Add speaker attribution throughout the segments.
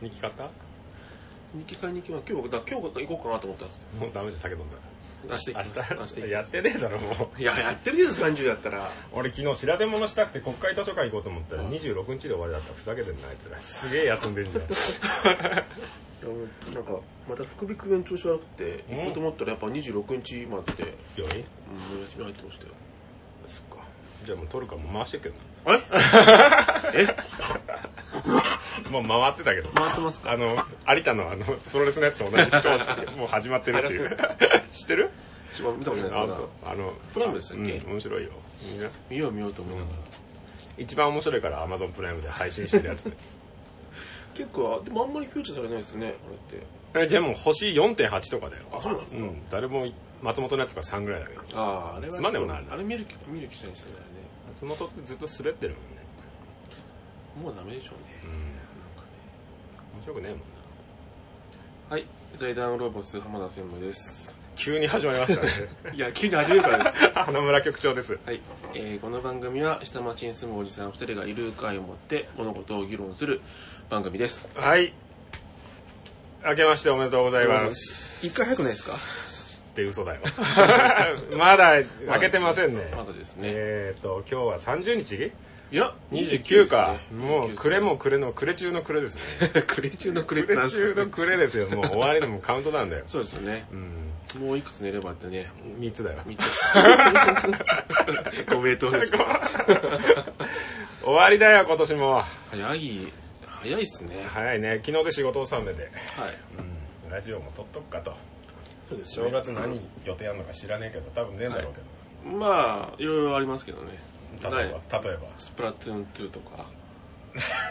Speaker 1: 生き方
Speaker 2: 日記買いに行きます。今日僕、だ今日行こうかなと思ったんですよ。
Speaker 1: もうダメじゃん酒飲んだら。
Speaker 2: 明日行きます。
Speaker 1: 明日
Speaker 2: 明日
Speaker 1: やってねえだろ、もう。
Speaker 2: いや、やってるです、30やったら。
Speaker 1: 俺昨日調べ物したくて国会図書館行こうと思ったら26日で終わりだった。ふざけてんな、あいつら。すげえ休んでん じゃん。
Speaker 2: いやなんか、また副鼻腔炎調子悪くて、
Speaker 1: うん
Speaker 2: 行こうと思ったらやっぱ26日までで、
Speaker 1: 病院
Speaker 2: うん、お休み入ってましたよ。
Speaker 1: そっか。じゃあもう取るからもう回してっけど
Speaker 2: あれ
Speaker 1: な。もう回ってたけど。
Speaker 2: 回ってますか
Speaker 1: あの、有田のあの、プロレスのやつと同じ視聴 者もう始まってるっていう。知ってる
Speaker 2: しば見たことないです
Speaker 1: あ
Speaker 2: まだ
Speaker 1: のあの、
Speaker 2: プライムでしたっけ
Speaker 1: うん面白いよ。みんな。
Speaker 2: 見よう見ようと思いながら。
Speaker 1: 一番面白いから Amazon プライムで配信してるや つ。
Speaker 2: 結構、でもあんまりフューチャーされないですよね、あれ
Speaker 1: え
Speaker 2: って。
Speaker 1: でも星4.8とかだよ。
Speaker 2: あ、そうなんです
Speaker 1: う
Speaker 2: か、
Speaker 1: ん、誰も、松本のやつが3ぐらいだけど。
Speaker 2: ああ、あれは。
Speaker 1: つまんでもない
Speaker 2: あれ見る気、見る気しないですよね、
Speaker 1: 松本ってずっと滑ってるもんね。
Speaker 2: あれね。もうダメでしょうね。
Speaker 1: うん。
Speaker 2: なんかね。
Speaker 1: 面白くねえもんな。
Speaker 2: はい、財団ロボス浜田専務です。
Speaker 1: 急に始まりましたね。
Speaker 2: いや、急に始めるからです。
Speaker 1: 花村局長です。
Speaker 2: はい、えーこの番組は下町に住むおじさん2人がいる会を持って物事を議論する番組です。
Speaker 1: はい。明けましておめでとうございます。
Speaker 2: 一回早くないですか
Speaker 1: って嘘だよ。 まだ開けてませんね。
Speaker 2: まだですね。
Speaker 1: えーと、今日は30日
Speaker 2: いや、
Speaker 1: ?29 か。もう、暮
Speaker 2: く
Speaker 1: れ
Speaker 2: れ
Speaker 1: も暮れの暮れ中の暮れですね。
Speaker 2: くれ中のくれって
Speaker 1: 暮
Speaker 2: なん
Speaker 1: れ
Speaker 2: です
Speaker 1: 中
Speaker 2: か
Speaker 1: の暮れですよ。もう終わりのもうカウントダウンだよ。
Speaker 2: そうですよね。
Speaker 1: うん。
Speaker 2: もういくつ寝ればってね、
Speaker 1: 3つだよ。
Speaker 2: 3つ。ご名答ですか
Speaker 1: 終わりだよ、今年も。
Speaker 2: 早い、早いっすね。
Speaker 1: 早いね。昨日で仕事納めて。
Speaker 2: はい。
Speaker 1: うん。ラジオも撮っとくかと。
Speaker 2: そうです
Speaker 1: 正月何予定あるのか知らねえけど、多分ねえんだろうけ
Speaker 2: まあ、いろいろありますけどね。
Speaker 1: ど。
Speaker 2: は
Speaker 1: 例え
Speaker 2: い
Speaker 1: ば、例えば。
Speaker 2: スプラトゥーン2とか、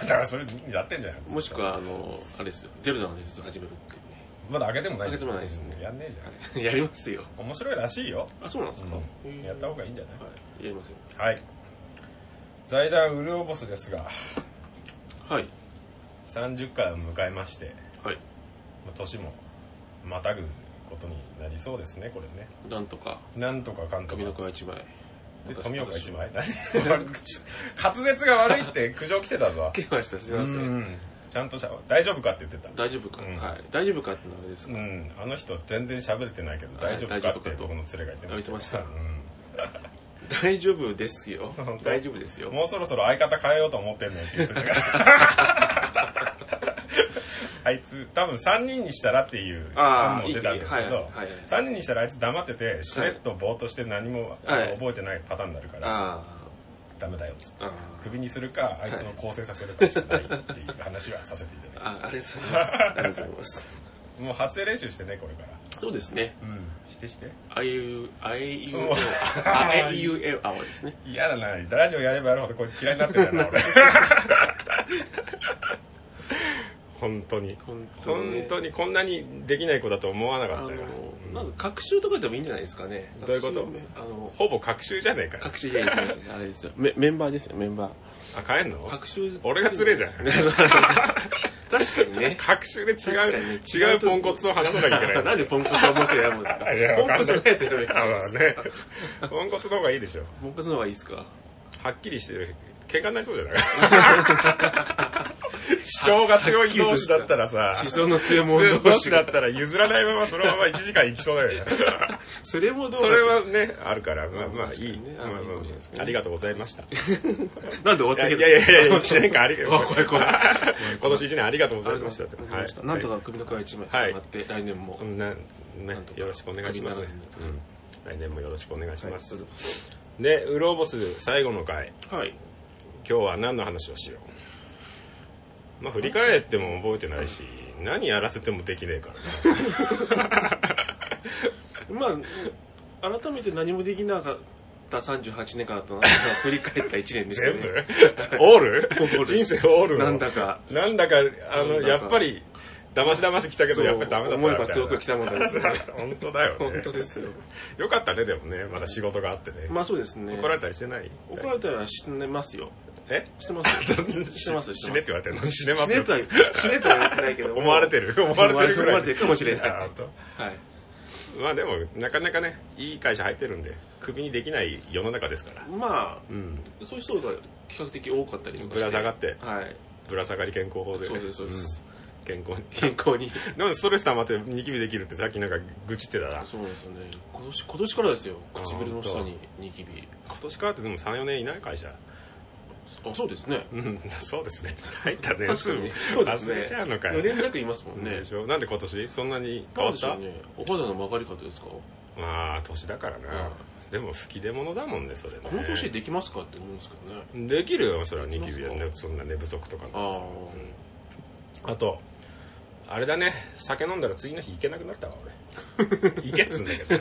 Speaker 1: だからそれやってんじゃん。
Speaker 2: もしくは、あの、あれですよ、ゼルダの術を始めるっていうね。
Speaker 1: まだ開けてもない
Speaker 2: 開けてもないですね
Speaker 1: やんねえじゃん。
Speaker 2: やりますよ。
Speaker 1: 面白いらしいよ。
Speaker 2: あ、そうなんですか、
Speaker 1: うんやった方がいいんじゃない
Speaker 2: はい。やりますよ。
Speaker 1: はい。財団ウルオボスですが、
Speaker 2: はい。
Speaker 1: 30回を迎えまして、
Speaker 2: はい。
Speaker 1: まあ年もまたぐことになりそうですね、これね。
Speaker 2: なんとか、
Speaker 1: なんとか監督
Speaker 2: 髪の。毛は一枚。
Speaker 1: で
Speaker 2: 私
Speaker 1: 富岡一。枚
Speaker 2: 私
Speaker 1: 何口滑舌が悪いって苦情来てた ぞ。
Speaker 2: 来てました、すいませ。
Speaker 1: うんんちゃんとしゃ、大丈夫かって言ってた。
Speaker 2: 大丈夫か、
Speaker 1: うん
Speaker 2: はい。大丈夫かってのはあれです
Speaker 1: う
Speaker 2: か、
Speaker 1: ん、あの人全然喋れてないけど大丈
Speaker 2: は
Speaker 1: 夫
Speaker 2: い大
Speaker 1: か
Speaker 2: 丈夫
Speaker 1: っ
Speaker 2: か
Speaker 1: て
Speaker 2: と
Speaker 1: 僕の連れが言ってましたよ。
Speaker 2: 言ってました
Speaker 1: う
Speaker 2: 大丈夫ですよ
Speaker 1: 本。当
Speaker 2: 大丈夫ですよ
Speaker 1: ん。もうそろそろ相方変えようと思ってんのよって言ってた から。あいつ、多分3人にしたらっていう
Speaker 2: あ
Speaker 1: 案
Speaker 2: あ
Speaker 1: も出たんですけ
Speaker 2: いい
Speaker 1: ど
Speaker 2: はいはいはい、
Speaker 1: 3人にしたらあいつ黙ってて、しれっとぼーっとして何もあ
Speaker 2: はい
Speaker 1: の覚えてないパターンになるから、
Speaker 2: あ
Speaker 1: ダメだよっつって
Speaker 2: あ、あ
Speaker 1: クビにするか、あいつの構成させるかしかないっていう話はさせていただい
Speaker 2: あ、あありがとうござ います。ありがとうございます。
Speaker 1: て。もう発声練習してね、これから。
Speaker 2: そうですね。
Speaker 1: うん。してして。
Speaker 2: あいう、あいう
Speaker 1: うわ、
Speaker 2: ああいうえおあおですね。
Speaker 1: 嫌だな、ラジオやればやるほどこいつ嫌いになってんだな、俺。本当に。
Speaker 2: 本当にね
Speaker 1: 本当にこんなにできない子だと思わな
Speaker 2: あ
Speaker 1: かっ
Speaker 2: の
Speaker 1: たよ。、
Speaker 2: なんか、学習とかでもいいんじゃないですかね。
Speaker 1: どういうこと
Speaker 2: 学習あの、
Speaker 1: ほぼ隔週じゃねえかよ。
Speaker 2: 各種で あれですよ。メメンバーですよ、メンバー。
Speaker 1: あ、帰んの
Speaker 2: 各種。
Speaker 1: 俺がつれえじゃん。
Speaker 2: 確かにね。
Speaker 1: 隔週で違
Speaker 2: 確かにね
Speaker 1: う、違うポンコツを話さなきゃいけない。
Speaker 2: なんでポンコツは面白いやるんですか
Speaker 1: いや
Speaker 2: ポ
Speaker 1: わかん
Speaker 2: ン
Speaker 1: ない
Speaker 2: コツのやつやる
Speaker 1: あまあね。ポンコツの方がいいでしょ。
Speaker 2: ポンコツの方がいいですか
Speaker 1: はっきりしてる。喧嘩になりそうじゃない主張が強い同士だったら さ、
Speaker 2: 思想の強いも
Speaker 1: 強い
Speaker 2: の同
Speaker 1: 同
Speaker 2: 士
Speaker 1: 士だったら譲らないままそのまま1時間行きそうだよね。
Speaker 2: それ もどう
Speaker 1: それはね、あるから、まあまあ
Speaker 2: 確
Speaker 1: い
Speaker 2: か
Speaker 1: い
Speaker 2: にね。
Speaker 1: まあまあ
Speaker 2: あいいかもしれないですね
Speaker 1: ありがとうございました。い
Speaker 2: なんで終わっ
Speaker 1: や
Speaker 2: たけ
Speaker 1: い
Speaker 2: ど
Speaker 1: やいやいや、
Speaker 2: あ
Speaker 1: 1年間ありがとう
Speaker 2: 怖い怖い怖い。
Speaker 1: 今年1年ありがとうご
Speaker 2: あ
Speaker 1: ざい
Speaker 2: りがとうご
Speaker 1: ました
Speaker 2: ざい
Speaker 1: って。
Speaker 2: ました。なんとか首の皮一枚繋がって、来年も。
Speaker 1: う
Speaker 2: はい
Speaker 1: んな、ね
Speaker 2: なんと、か
Speaker 1: よろしくお願いしますね
Speaker 2: 首にならず。に
Speaker 1: うん来年もよろしくお願いし
Speaker 2: どう
Speaker 1: ます。
Speaker 2: ぞ
Speaker 1: で、ウローボス最後の回、
Speaker 2: はい。
Speaker 1: 今日は何の話をしよう。まあ振り返っても覚えてないし、何やらせてもできねえからね。
Speaker 2: まあ、改めて何もできなかった38年間だったな。振り返った1年でした
Speaker 1: 全部
Speaker 2: ね。
Speaker 1: オール
Speaker 2: ール
Speaker 1: 人生オールを
Speaker 2: なんだか。
Speaker 1: なんだか、あ
Speaker 2: な
Speaker 1: の、
Speaker 2: んだか
Speaker 1: やっぱり、だましだまし来たけど、
Speaker 2: そう
Speaker 1: やっぱりダメだった
Speaker 2: 思えば遠く来たもんだですね。
Speaker 1: 本当だよ
Speaker 2: 本
Speaker 1: ね。
Speaker 2: 当ですよ。
Speaker 1: よかったね、でもね、まだ仕事があってね。
Speaker 2: まあそうですね。
Speaker 1: 怒られたりしてない
Speaker 2: 怒られたら死ねますよ。
Speaker 1: え
Speaker 2: し てますよ。してますよ。
Speaker 1: 死ねって言われてる の死ねま
Speaker 2: 死
Speaker 1: す
Speaker 2: ね
Speaker 1: よ
Speaker 2: と。は、死ねとは言ってないけども。
Speaker 1: 思われてる思
Speaker 2: 思わ
Speaker 1: われ
Speaker 2: れて
Speaker 1: て
Speaker 2: る
Speaker 1: るぐ
Speaker 2: 思
Speaker 1: らい。
Speaker 2: われてるかもしれない。
Speaker 1: あ
Speaker 2: は
Speaker 1: 本当
Speaker 2: い。
Speaker 1: まあでも、なかなかね、いい会社入ってるんで、クビにできない世の中ですから。
Speaker 2: ま
Speaker 1: うん。
Speaker 2: あ、そういう人が比較的多かったりとかして。
Speaker 1: ぶら下がって
Speaker 2: はい。
Speaker 1: ぶら下がり健康法で。
Speaker 2: そうです、そうです。
Speaker 1: 健康に
Speaker 2: 健康に
Speaker 1: なんでストレス溜まってニキビできるってさっきなんか愚痴ってたな
Speaker 2: そうですよね今年今年からですよ
Speaker 1: あー
Speaker 2: 唇の下にニキビ
Speaker 1: 今年からってでも34年いない会社
Speaker 2: あそうですね
Speaker 1: うんそうですね入ったね
Speaker 2: 確かにそうですね
Speaker 1: 忘れちゃうのか
Speaker 2: 4
Speaker 1: よ、
Speaker 2: 年弱いますもんね
Speaker 1: でしょなんで今年そんなに変
Speaker 2: どう
Speaker 1: わ
Speaker 2: で
Speaker 1: っ
Speaker 2: しょ
Speaker 1: た、
Speaker 2: うねお肌の曲がり方ですか
Speaker 1: まあ年だからな、
Speaker 2: うん
Speaker 1: でも吹き出物だもんねそれね
Speaker 2: この年でできますかって思うんですけどね
Speaker 1: できるよそれはニキビは
Speaker 2: でき
Speaker 1: ねそんな寝不足とか
Speaker 2: ああ
Speaker 1: うんあとあれだね酒飲んだら次の日行けなくなったわ 俺行けっつうんだけど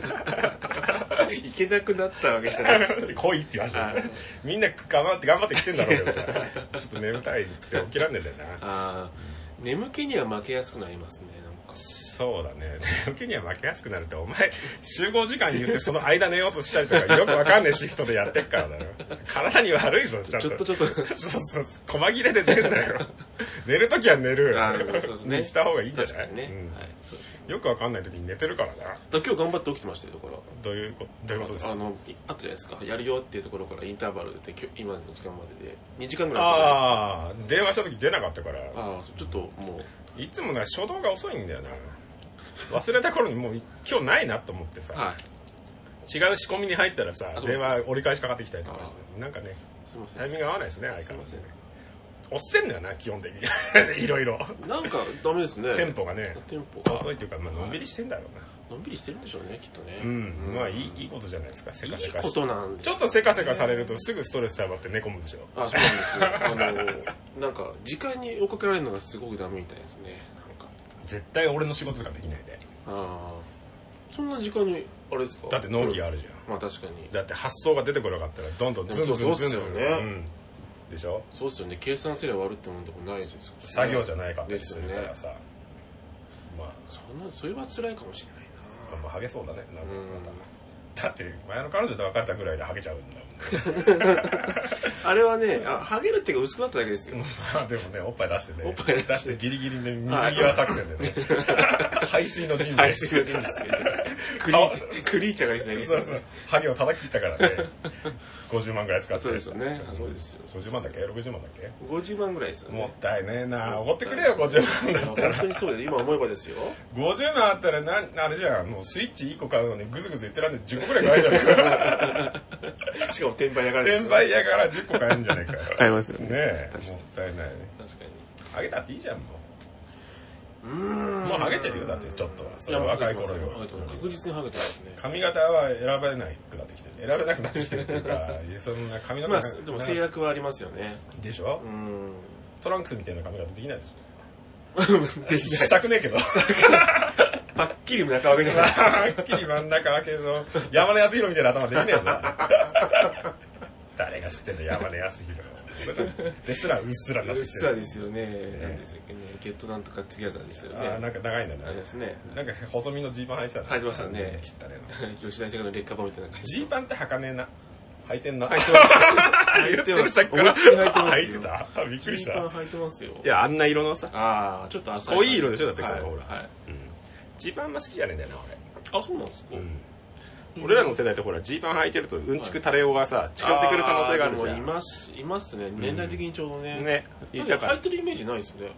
Speaker 2: いけなくなったわけじゃないです
Speaker 1: 来いって言われ
Speaker 2: あ
Speaker 1: てみんな頑張って頑張って来てんだろうけどさちょっと眠たいって起きらんねえんだよな
Speaker 2: あー眠気には負けやすくなりますねなんか
Speaker 1: そうだね 眠気には負けやすくなるってお前集合時間言うてその間寝ようとしたりとかよくわかんねえシフトでやってっからだよ体に悪いぞちゃん
Speaker 2: ち
Speaker 1: と
Speaker 2: ょっとちょっと
Speaker 1: そうそうそう、細切れで寝るんだよ。 寝るときは寝る。
Speaker 2: あーそうです ね
Speaker 1: 寝した方がいいんじゃ
Speaker 2: 確
Speaker 1: ない
Speaker 2: かにね
Speaker 1: うん
Speaker 2: はいそうですね
Speaker 1: よくわかんないときに寝てるからな。
Speaker 2: だから今日頑張って起きてましたよだから
Speaker 1: どういうこと、どういうことです
Speaker 2: あ
Speaker 1: か
Speaker 2: のいあったじゃないですかやるよっていうところからインターバルで今日今の時間までで2時間ぐらいあったじゃない
Speaker 1: ああ、電話したとき出なかったから
Speaker 2: で、すかああーちょっともう
Speaker 1: いつもな、初動が遅いんだよな。忘れた頃にもう今日ないなと思ってさ、
Speaker 2: はい
Speaker 1: 違う仕込みに入ったらさ
Speaker 2: あ、そうです
Speaker 1: 電話折り返しかかってきたりとかして、なんかね、
Speaker 2: すいません
Speaker 1: タイミング合わないですね、相変わらずね
Speaker 2: すい
Speaker 1: お
Speaker 2: ま。
Speaker 1: っせんだよな、基本的に。 いろいろ。
Speaker 2: なんかダメですね。
Speaker 1: テンポがね、
Speaker 2: テンポが
Speaker 1: 遅いっていうか、まあのんびりしてんだろうな。
Speaker 2: のんびりしてるんでしょうね、きっとね。
Speaker 1: うん、まあいいいいことじゃないですか、せ
Speaker 2: いい
Speaker 1: かせかして
Speaker 2: ことなんです。
Speaker 1: ちょっとせかせかされるとすぐストレス溜まって寝込むでしょ。
Speaker 2: あ、そうなんですよ。あの、なんか、時間に追っかけられるのがすごくダメみたいですね。なんか。
Speaker 1: 絶対俺の仕事とかできないで。
Speaker 2: ああ。そんな時間に、あれですか
Speaker 1: だって納期
Speaker 2: あ
Speaker 1: あるじゃん。
Speaker 2: まあ確かに。
Speaker 1: だって発想が出てこなかったらどんどんズンズンズンズン
Speaker 2: そうそうっすよね
Speaker 1: うん。でしょ
Speaker 2: そうですよね。計算すれば割るってもんでもないですよ。
Speaker 1: 作業じゃ
Speaker 2: ない。
Speaker 1: ないかったりするからさ。まあ、
Speaker 2: そんな、それは辛いかもしれないな。
Speaker 1: まあ、ハゲそうだね。なんか
Speaker 2: うん
Speaker 1: まただって前の彼女と別れたぐらいでハゲちゃうんだ
Speaker 2: あれはね、あ、ハゲるっていうか薄くなっただけですよ
Speaker 1: もん。。 まあでもね、おっぱい出してね。
Speaker 2: おっぱい出して
Speaker 1: ギリギリね、水際作戦で ね。排水の陣で。
Speaker 2: はい、すいませ んですよ。クリ
Speaker 1: 顔
Speaker 2: ー、クリーチャーがいないです
Speaker 1: そ
Speaker 2: よ
Speaker 1: うそう。ハゲを叩き切ったからね。50万ぐらい使って。
Speaker 2: そうですよね。あそうですよ。
Speaker 1: 50万だっけ ?60 万だっけ
Speaker 2: 50万ぐらいですよね。
Speaker 1: もったいねえな。おごってくれよ、50万だった
Speaker 2: 本
Speaker 1: ら
Speaker 2: 当。にそうだよ。今思えばです よ。
Speaker 1: 50万あったら、なん、あれじゃん。もうスイッチ1個買うのにグズグズ言ってらんで10個くらい買えじゃねえ か。
Speaker 2: しかも転売やからですよ
Speaker 1: 転売やから10個買えんじゃねえかよ。
Speaker 2: 買いますよ
Speaker 1: ね
Speaker 2: ね。
Speaker 1: え
Speaker 2: 確。か
Speaker 1: も
Speaker 2: に
Speaker 1: ったいないね。
Speaker 2: 確かに。
Speaker 1: ハゲたっていいじゃん、も
Speaker 2: うー
Speaker 1: う。
Speaker 2: ん
Speaker 1: もうハゲてるよ、だってちょっとは。そ
Speaker 2: い
Speaker 1: れは
Speaker 2: や、もう
Speaker 1: 若い頃よ
Speaker 2: ハゲてます確実にハゲてますね。
Speaker 1: 髪型は選べなくなってきてる。選べなくなってきてるっていうか、 そんな髪の毛
Speaker 2: ま
Speaker 1: な
Speaker 2: あ、でも制約はありますよね。
Speaker 1: でしょ
Speaker 2: うーん。
Speaker 1: トランクスみたいな髪型できないでしょ
Speaker 2: できない
Speaker 1: したくねえけど。
Speaker 2: パッキリ中分けじゃないです か。
Speaker 1: はっきり真ん中開けぞ。山根康弘みたいな頭できねえぞ。誰が知ってんだ、山根康弘。ですらうっすらになっ
Speaker 2: うって
Speaker 1: きて
Speaker 2: さ
Speaker 1: る。
Speaker 2: ですよね。なんですよね。ゲットなんとかトゥギャザーですよ
Speaker 1: あー
Speaker 2: ね。
Speaker 1: なんか長いんだ
Speaker 2: あれで
Speaker 1: ね。
Speaker 2: すね。
Speaker 1: なんか細身のジーパン履いてたね
Speaker 2: 履いてましたね
Speaker 1: 切ったね。
Speaker 2: 吉田製の劣化版みたいな感じ。
Speaker 1: ジーパンって履かねえな。履いてんな。履い
Speaker 2: てます
Speaker 1: 言ってるさっきから。
Speaker 2: 思いっきり 履いてますよ
Speaker 1: 履いてたあびっくりし
Speaker 2: ジー
Speaker 1: た。
Speaker 2: パン履いてますよ。
Speaker 1: や、あんな色のさ。
Speaker 2: ああ、ちょっと浅い。
Speaker 1: 濃い色でしょだってこれ
Speaker 2: はい
Speaker 1: ほら
Speaker 2: はい。
Speaker 1: ジーパンあんま好きじゃねえんだよな、
Speaker 2: あ、そうなんですか
Speaker 1: 俺。俺らの世代ってほら、ジーパン履いてるとうんちく垂れようがさ、
Speaker 2: 使
Speaker 1: 近づいてくる可能性があるじゃ
Speaker 2: い
Speaker 1: ん。
Speaker 2: ます、いますね。年代的にちょうどね。
Speaker 1: ね。
Speaker 2: だって履いてるイメージないですね。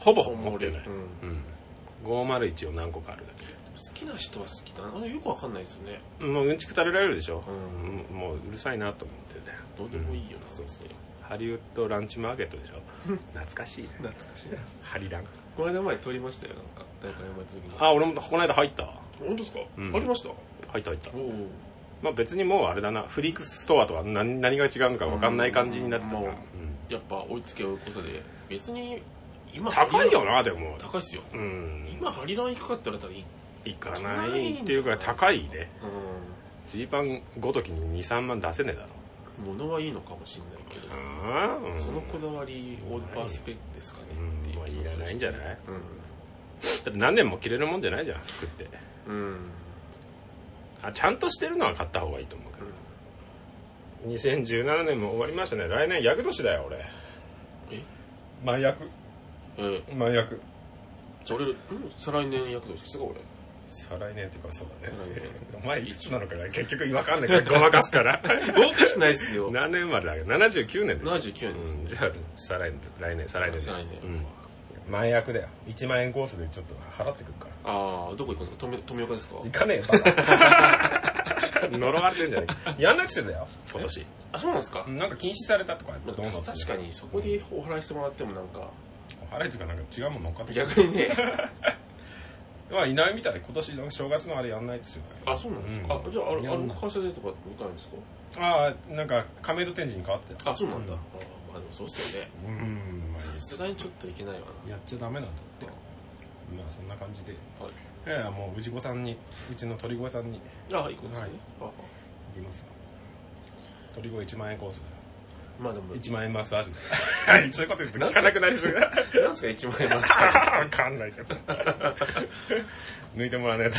Speaker 1: ほぼ
Speaker 2: 思
Speaker 1: 持
Speaker 2: っ
Speaker 1: って
Speaker 2: て
Speaker 1: な
Speaker 2: る
Speaker 1: い。
Speaker 2: うん
Speaker 1: うん。501を何個かあるだ
Speaker 2: 好きな人は好きだな。よくわかんないですよね。
Speaker 1: け。もううんちく垂れられるでしょ
Speaker 2: う。ん。
Speaker 1: うんもううるさいなと思ってね。
Speaker 2: どうでもいいよな、
Speaker 1: そうそう。ハリウッドランチマーケットでし ょ。懐かしいね。
Speaker 2: 懐かしいな。
Speaker 1: ハリラン。
Speaker 2: この間前撮りましたよ、なんか。誰かに呼ばれた時に。
Speaker 1: あ、俺もこの間入ったわ。
Speaker 2: 本当ですか
Speaker 1: うん
Speaker 2: ありましたお
Speaker 1: 入った入った。
Speaker 2: お。
Speaker 1: まあ別にもうあれだな、フリークスストアとは何何が違うのか分かんない感じになってたから。
Speaker 2: うん
Speaker 1: うん
Speaker 2: やっぱ追いつけ追い越せで、別に、今、
Speaker 1: 高いよ。な、でも。
Speaker 2: 高いっすよ。
Speaker 1: うん。
Speaker 2: 今、ハリラン行くかって言われたらいい。
Speaker 1: 行かないっていうか高いね。
Speaker 2: う
Speaker 1: ジーパンごときに2、3万出せねえだろ。
Speaker 2: ん。物はいいのかもしれないけど。
Speaker 1: ああ、うん
Speaker 2: そのこだわりオーバースペックですかねっていう気が
Speaker 1: うんまあいらないんじゃない
Speaker 2: うん
Speaker 1: だって何年も着れるもんじゃないじゃん、服って。
Speaker 2: うん、
Speaker 1: あ、ちゃんとしてるのは買った方がいいと思うけど。2017年も終わりましたね。来年、役年だよ、俺。
Speaker 2: え
Speaker 1: 麻薬。
Speaker 2: え
Speaker 1: 麻薬。
Speaker 2: じゃあ俺、うん、再来年役年ですか俺
Speaker 1: 再来年っていうか、そうだね
Speaker 2: 再来。
Speaker 1: お前、いつなのかな結局、わかんないから、ごまかすから。
Speaker 2: 合格しないっす よ
Speaker 1: 何年生までだっけ ?79 年でしょ。
Speaker 2: 79年です
Speaker 1: うんじゃあ、再来年、来年、再来年。
Speaker 2: 再来年
Speaker 1: うん。前役だよ1万円コースでちょっと払ってくるから
Speaker 2: ああ、どこ行くんですか富富岡ですか
Speaker 1: 行かねえよバカ 呪われてんじゃねえやんなくてだよ今年
Speaker 2: あ、そうなんですか、
Speaker 1: なんか禁止されたとか
Speaker 2: まあ
Speaker 1: どうなってんの
Speaker 2: 確かに、そこでお払いしてもらってもなんか、
Speaker 1: お払いとかなんか違うもの乗っかってきた
Speaker 2: 逆にね、
Speaker 1: まあいないみたい今年の正 月のあれやんないですよね
Speaker 2: あ、そうなんですか、
Speaker 1: うん
Speaker 2: あ、じゃあ、あ
Speaker 1: い
Speaker 2: れ、
Speaker 1: や
Speaker 2: あの、会社でとか行かないんです
Speaker 1: ああなんか亀戸天神に変わってた
Speaker 2: かあ、そうなんだ。
Speaker 1: うん
Speaker 2: あーまあでもそうっすよね。
Speaker 1: うんまあいい
Speaker 2: さ
Speaker 1: です
Speaker 2: すがにちょっといけないわ
Speaker 1: やっちゃダメなんだってまあそんな感じで
Speaker 2: な。は
Speaker 1: い
Speaker 2: い。
Speaker 1: やいやもう氏子さんにうちの鳥越さんに
Speaker 2: あ、いいことですね。あ
Speaker 1: 行きますよ鳥越1万円コース
Speaker 2: あまあでも、
Speaker 1: 1万円マッサ ージはいそういうこと言って聞かなくなりすぎ
Speaker 2: なんですか一万円マッサージ
Speaker 1: わかんないけど抜いてもらわないと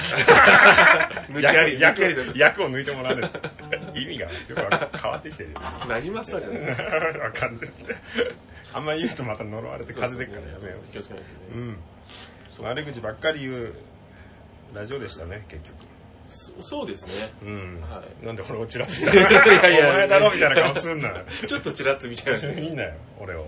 Speaker 2: 抜きあり、抜
Speaker 1: 役
Speaker 2: きありだ
Speaker 1: 役役を抜いてもらわないと意味がよくわか変わってきてるよ
Speaker 2: と。何マッサージなんですか
Speaker 1: わかんないあんまり言うとまた呪われて風邪でっからや
Speaker 2: そう
Speaker 1: め
Speaker 2: そ
Speaker 1: よ
Speaker 2: う
Speaker 1: う
Speaker 2: 気をつけないと
Speaker 1: う
Speaker 2: ね。
Speaker 1: ん悪口ばっかり言うラジオでしたね結局
Speaker 2: そそうですね。
Speaker 1: うん、
Speaker 2: は
Speaker 1: なんで俺をチラッと見た
Speaker 2: いやいや
Speaker 1: お前だろみたいな顔すんなよ
Speaker 2: ちょっとちらっと見ちゃいましたね。
Speaker 1: みんなよ俺を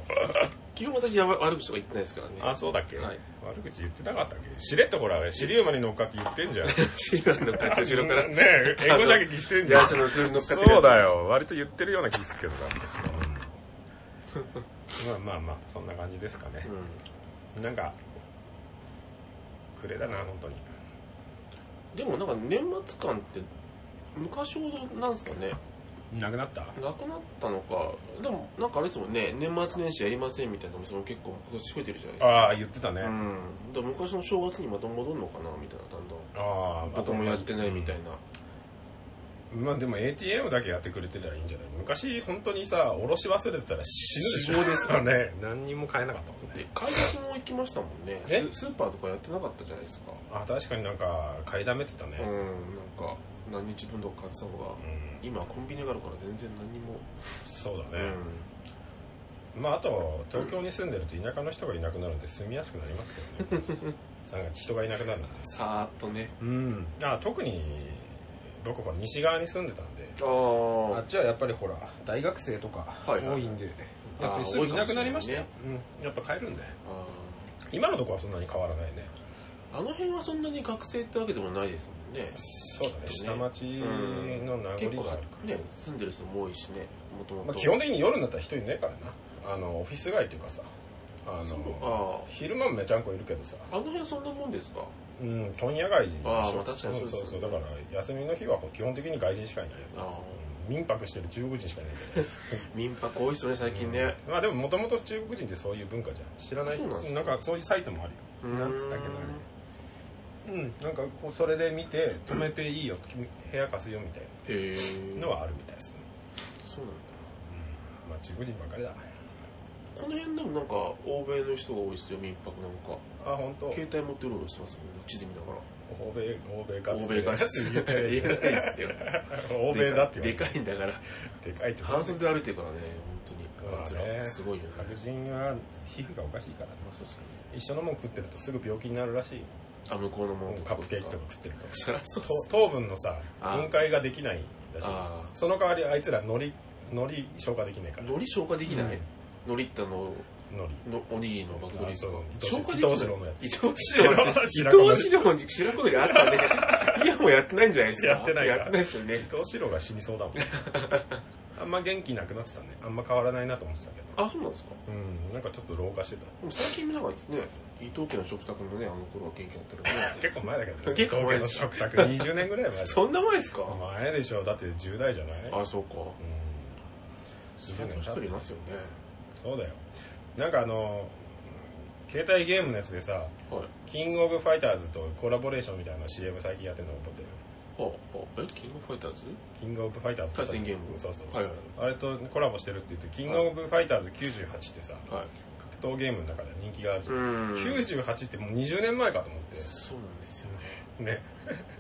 Speaker 2: 基本私やば悪口とか言ってないですからね。
Speaker 1: あそうだっけ、
Speaker 2: はい
Speaker 1: 悪口言ってなかったっけしれっとほら尻馬に乗っかって言ってんじゃん
Speaker 2: 知らんのか、後ろから。
Speaker 1: ねえエゴ射撃してん
Speaker 2: い
Speaker 1: じゃ
Speaker 2: や、
Speaker 1: ん
Speaker 2: ちょっと後ろに乗っかって
Speaker 1: そうだ
Speaker 2: よ。
Speaker 1: よ割と言ってるような気するけどな まあまあまあそんな感じですかね
Speaker 2: う、ん。
Speaker 1: なんかくれだな本当に
Speaker 2: でもなんか年末感って、昔ほどなんですかね、
Speaker 1: なくなった
Speaker 2: なくなったのか、でもなんかあれですもんね、年末年始やりませんみたいなお店も結構今年増えてるじゃないですか。
Speaker 1: ああ言ってたね、
Speaker 2: うん。だから昔の正月にまた戻るのかな、みたいな、だんだん。
Speaker 1: ああ
Speaker 2: 僕もやってないみたいな。
Speaker 1: まあでも ATM だけやってくれてりゃいいんじゃない昔本当にさ、おろし忘れてたら死ぬでしょ。ですよね。 何にも買えなかったもんね。
Speaker 2: で、買い出しも行きましたもんね。
Speaker 1: え
Speaker 2: ススーパーとかやってなかったじゃないですか。
Speaker 1: あ、確かになんか買いだめてたね
Speaker 2: うん、。なんか、何日分とか買ってた方が
Speaker 1: う、ん、
Speaker 2: 今コンビニがあるから全然何も。
Speaker 1: そう
Speaker 2: う
Speaker 1: だね。まああと、東京に住んでると田舎の人がいなくなるんで住みやすくなりますけどね。なんか人がいなくなるんで。
Speaker 2: さーっとね。
Speaker 1: うん。あ特に、僕ほら西側に住んでたんで。
Speaker 2: ああ
Speaker 1: あっちはやっぱりほら、大学生とか多
Speaker 2: はいはい
Speaker 1: いんで、
Speaker 2: あー
Speaker 1: やっぱりすぐいなくなりましたよ。
Speaker 2: 多い
Speaker 1: うん。やっぱ帰るんで。
Speaker 2: あ
Speaker 1: 今のとこはそんなに変わらないね。
Speaker 2: ーあの辺はそんなに学生ってわけでもないですもんね。
Speaker 1: そうだね。下町の名
Speaker 2: 結
Speaker 1: 残
Speaker 2: 構
Speaker 1: があ
Speaker 2: は
Speaker 1: るか、
Speaker 2: ね、住んでる人も多いしね、もと
Speaker 1: ら。
Speaker 2: も
Speaker 1: まあ、
Speaker 2: と。
Speaker 1: 基本的に夜になったら人いねえからな。あの、オフィス街っていうかさ、あ
Speaker 2: そう
Speaker 1: の、
Speaker 2: あ
Speaker 1: 昼間もめちゃんこいるけどさ、
Speaker 2: あ、あの辺そんなもんですか
Speaker 1: うん、問屋街人でしょ
Speaker 2: ああまあ確かにそうです
Speaker 1: んそうそう。だから、休みの日は基本的に外人しかいないよ。
Speaker 2: ああ
Speaker 1: うん民泊してる中国人しかいないじゃない。
Speaker 2: 民泊多いっすよね、最近ね。
Speaker 1: うんまあでも、もともと中国人ってそういう文化じゃん。知らない。
Speaker 2: そうなんですか
Speaker 1: なんかそういうサイトもあるよ。
Speaker 2: う
Speaker 1: なんつったっけなうん、なんかこう、それで見て、止めていいよ、部屋貸すよみたい
Speaker 2: へえ。
Speaker 1: なのはあるみたいですね。
Speaker 2: そうなんだ。
Speaker 1: まあ中国人ばっかりだ。
Speaker 2: この辺でもなんか、欧米の人が多いっすよ、民泊なんか。
Speaker 1: あ、本当。
Speaker 2: 携帯持ってうろうろしてますもんね、地図見ながら。
Speaker 1: 欧米、欧米か
Speaker 2: 欧米から
Speaker 1: つ言
Speaker 2: 言え
Speaker 1: っ
Speaker 2: ない
Speaker 1: て
Speaker 2: ですよ。
Speaker 1: 欧米だって
Speaker 2: で
Speaker 1: 言わ
Speaker 2: かいんだから。
Speaker 1: れてでかいって
Speaker 2: 半袖で歩いてるからね、本当に。
Speaker 1: ま
Speaker 2: あいつ
Speaker 1: あね
Speaker 2: ら、すごいよね。
Speaker 1: 白人は皮膚がおかしいから。
Speaker 2: まあそうっすよね
Speaker 1: 一緒のもん食ってるとすぐ病気になるらしいよ。
Speaker 2: あ、向こうのもの
Speaker 1: カップケーキとか食ってると。
Speaker 2: そりゃそうっ
Speaker 1: と
Speaker 2: す
Speaker 1: 糖分のさ、
Speaker 2: あー
Speaker 1: 分解ができないらしい。
Speaker 2: あ
Speaker 1: その代わりあいつら海苔、海苔消化できない
Speaker 2: あ
Speaker 1: から。
Speaker 2: 海苔消化できない、
Speaker 1: うん
Speaker 2: 海苔ってあの
Speaker 1: 海苔。
Speaker 2: のおにぎりの爆
Speaker 1: あ
Speaker 2: 鶏
Speaker 1: そう
Speaker 2: 消化で
Speaker 1: 伊
Speaker 2: きない
Speaker 1: 藤四郎のやつ
Speaker 2: 伊藤四郎って伊
Speaker 1: 白子の
Speaker 2: 藤四郎に白子のがあったねいやもうやってないんじゃないですか
Speaker 1: やってないから
Speaker 2: やってないですよ
Speaker 1: 伊
Speaker 2: ね
Speaker 1: 藤四郎が死に そうだもん。あんま元気なくなってたね。あんま変わらないなと思ってたけど。
Speaker 2: あそうなんですか
Speaker 1: うん、なんかちょっと老化してた。
Speaker 2: でも最近見ながらね伊藤家の食卓のねあの頃は元気だったけどね
Speaker 1: 結構前だけどね。
Speaker 2: 結構前です
Speaker 1: 東京の食卓20年ぐらい 前
Speaker 2: そんな前ですか、
Speaker 1: 前でしょだって10代じゃないうん
Speaker 2: あそうかそれは年取りますよね
Speaker 1: そうだよなんかあの携帯ゲームのやつでさ
Speaker 2: はいは
Speaker 1: キングオブファイターズとコラボレーションみたいな CM 最近やってるの覚えてる
Speaker 2: あはあえキングオブファイターズ
Speaker 1: キングオブファイターズと
Speaker 2: 対戦ゲーム
Speaker 1: そうそう、
Speaker 2: はいはい
Speaker 1: あれとコラボしてるって言ってキングオブファイターズ98ってさ
Speaker 2: はい
Speaker 1: 格闘ゲームの中で人気があるじゃん
Speaker 2: ん
Speaker 1: 98ってもう20年前かと思っ
Speaker 2: そうなんですよね
Speaker 1: てね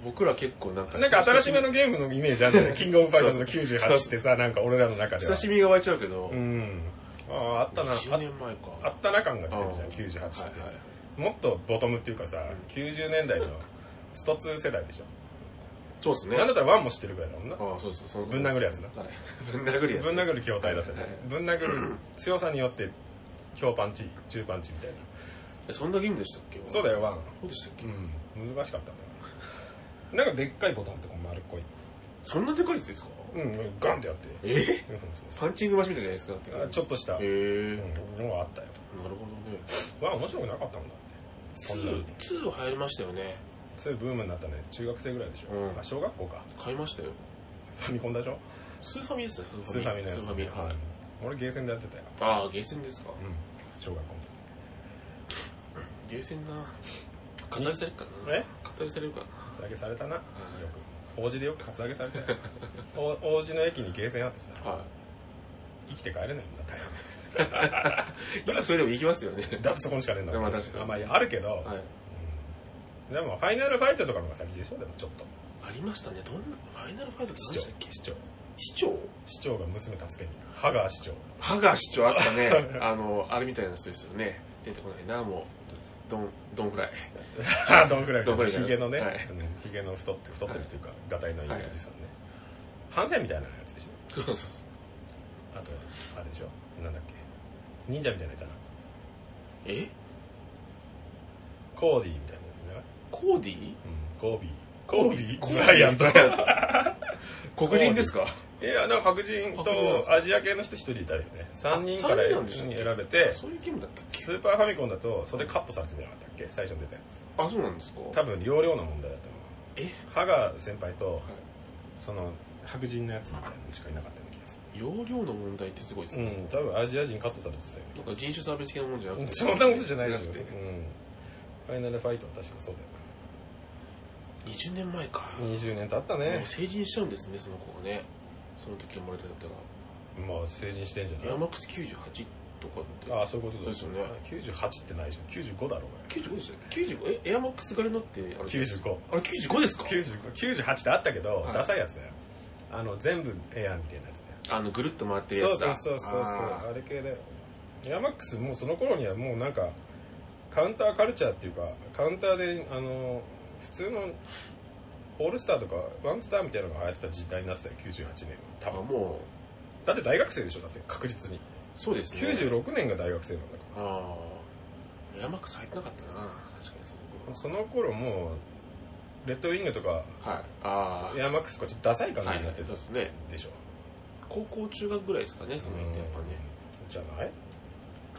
Speaker 2: 僕ら結構なんか
Speaker 1: なんか新しめのゲームのイメージあるんだよねキングオブファイターズの98ってさなんか俺らの中では
Speaker 2: 親しみが湧いちゃうけど、
Speaker 1: うんあああったな
Speaker 2: 10
Speaker 1: あ
Speaker 2: 年前か
Speaker 1: あったな感が出てるじゃん
Speaker 2: あ
Speaker 1: 98って、
Speaker 2: はいはいはい
Speaker 1: もっとボトムっていうかさ90年代のスト2世代でしょ、
Speaker 2: そうですね
Speaker 1: なんだったらワンも知ってるぐらいだもんな
Speaker 2: ああそうそうそう
Speaker 1: ぶん殴るやつな
Speaker 2: はい ぶん殴るやつ
Speaker 1: ぶん殴る筐体だったじゃ
Speaker 2: はい
Speaker 1: んぶん殴る強さによって強パンチ中パンチみたいな
Speaker 2: えそんなゲームでしたっけ
Speaker 1: そうだよワン
Speaker 2: そうでしたっけ
Speaker 1: うん難しかったんだよなんかでっかいボタンとか丸っこい
Speaker 2: そんなでかいやつですか
Speaker 1: うんうんガンってやって
Speaker 2: えー
Speaker 1: うんそうそ
Speaker 2: パンチングマシンみたいじゃないです
Speaker 1: う
Speaker 2: か
Speaker 1: あちょっとした、
Speaker 2: へえ
Speaker 1: うんのがあったよ
Speaker 2: なるほどね
Speaker 1: ワン面白くなかったもんだってそんな
Speaker 2: 2 2流行りましたよね
Speaker 1: そういうブームになったね中学生ぐらいでしょ、
Speaker 2: うん
Speaker 1: あ小学校か
Speaker 2: 買いましたよ
Speaker 1: ファミコンだでしょ
Speaker 2: スーファミですよ
Speaker 1: スーファミのやつ
Speaker 2: スーファミはい
Speaker 1: うん俺ゲーセンでやってたよ
Speaker 2: ああゲーセンですか
Speaker 1: うん小学校
Speaker 2: ゲーセンな活躍されるか
Speaker 1: の
Speaker 2: な
Speaker 1: え
Speaker 2: 活躍されるかな
Speaker 1: カツアゲされたなよく王子でよくカツアゲさ れたよお王子の駅にゲーセンあってさ
Speaker 2: は
Speaker 1: 生きて帰れないんだ大変
Speaker 2: い今それでも行きますよね
Speaker 1: だってそこにしかねえんだもん
Speaker 2: まあ確かに
Speaker 1: まあいやあるけど、
Speaker 2: はい
Speaker 1: うんでもファイナルファイトとかの方が先でしょでもちょっと
Speaker 2: ありましたねどんなファイナルファイトって
Speaker 1: 市長
Speaker 2: 何でしたっけ
Speaker 1: 市長
Speaker 2: 市長
Speaker 1: 市長が娘助けにハガー 市長
Speaker 2: 歯が市長あったね あのあれみたいな人ですよね出てこないなもうドンドンフライ
Speaker 1: あーどんぐらい
Speaker 2: どんぐらいだ
Speaker 1: ヒゲのね、
Speaker 2: はい
Speaker 1: うんヒゲの太って太ってるっていうか、ガタイのいいおじさんね、犯罪みたいなやつでしょ
Speaker 2: そうそうそう
Speaker 1: あとあれでしょなんだっけ忍者みたいなのいたな
Speaker 2: え
Speaker 1: コーディみたいなのいたな
Speaker 2: コーディ
Speaker 1: うんコービー
Speaker 2: コ
Speaker 1: コ
Speaker 2: ー
Speaker 1: ー
Speaker 2: ビ
Speaker 1: ビ
Speaker 2: ー
Speaker 1: ーブライアント
Speaker 2: 黒人ですか
Speaker 1: いやなんか白人
Speaker 2: 白人なんです
Speaker 1: とアジア系の人一人いたよね3人から
Speaker 2: 三人なんでしたっけ
Speaker 1: 選べて
Speaker 2: そういうゲームだったっ
Speaker 1: スーパーファミコンだとそれカットされてんじゃなかったっけ最初に出たやつ
Speaker 2: けあそうなんですか
Speaker 1: 多分容量の問題だったの
Speaker 2: え
Speaker 1: ハガー先輩と
Speaker 2: はい
Speaker 1: その白人のやつみたいなのしかいなかったような気がす
Speaker 2: 容量の問題ってすごいです
Speaker 1: るう
Speaker 2: ね、
Speaker 1: ん多分アジア人カットされてたよ
Speaker 2: なんか人種差別系のもんじゃ
Speaker 1: う
Speaker 2: なく
Speaker 1: な
Speaker 2: て
Speaker 1: そんなことじゃないでしょ、う
Speaker 2: く
Speaker 1: ん、フ
Speaker 2: て
Speaker 1: ァイナルファイトは確かそう
Speaker 2: 20年前か、
Speaker 1: だよ20年経った
Speaker 2: も
Speaker 1: ね
Speaker 2: う成人しちゃうんですねその子がねその時生まれただったら
Speaker 1: まあ成人してんじゃない
Speaker 2: ヤマックス98とかって
Speaker 1: ああそういうことだ
Speaker 2: そうですよね
Speaker 1: 98ってないでしょ95だろう
Speaker 2: 95でしたっけ95えエアマックス狩りのってあれ
Speaker 1: 95
Speaker 2: あれ95ですか
Speaker 1: 95 98ってあったけど、
Speaker 2: はい
Speaker 1: ダサいやつだよあの全部エアみたいなやつだ
Speaker 2: あのぐるっと回ってる
Speaker 1: よ
Speaker 2: やつ
Speaker 1: そう
Speaker 2: だ
Speaker 1: そうそうそうそう
Speaker 2: あ
Speaker 1: あれ系だよエアマックスもうその頃にはもうなんかカウンターカルチャーっていうかカウンターであの普通のオールスターとかワンスターみたいなのが流行ってた時代になってたよ98年は多
Speaker 2: ーあ
Speaker 1: 分
Speaker 2: も
Speaker 1: だって大学生でしょだって確実に
Speaker 2: うそうですね
Speaker 1: 96年が大学生なんだか
Speaker 2: ああエアマックス入ってなかったな確かにそ
Speaker 1: らその頃もうレッドウィングとか
Speaker 2: うはいあ
Speaker 1: エアマックスとかちょっとダサい感
Speaker 2: あは
Speaker 1: じ
Speaker 2: い
Speaker 1: に
Speaker 2: は
Speaker 1: ないって
Speaker 2: そう
Speaker 1: た
Speaker 2: ですね
Speaker 1: でしょ
Speaker 2: 高校中学ぐらいですかねその辺ってやっぱね
Speaker 1: うんじゃない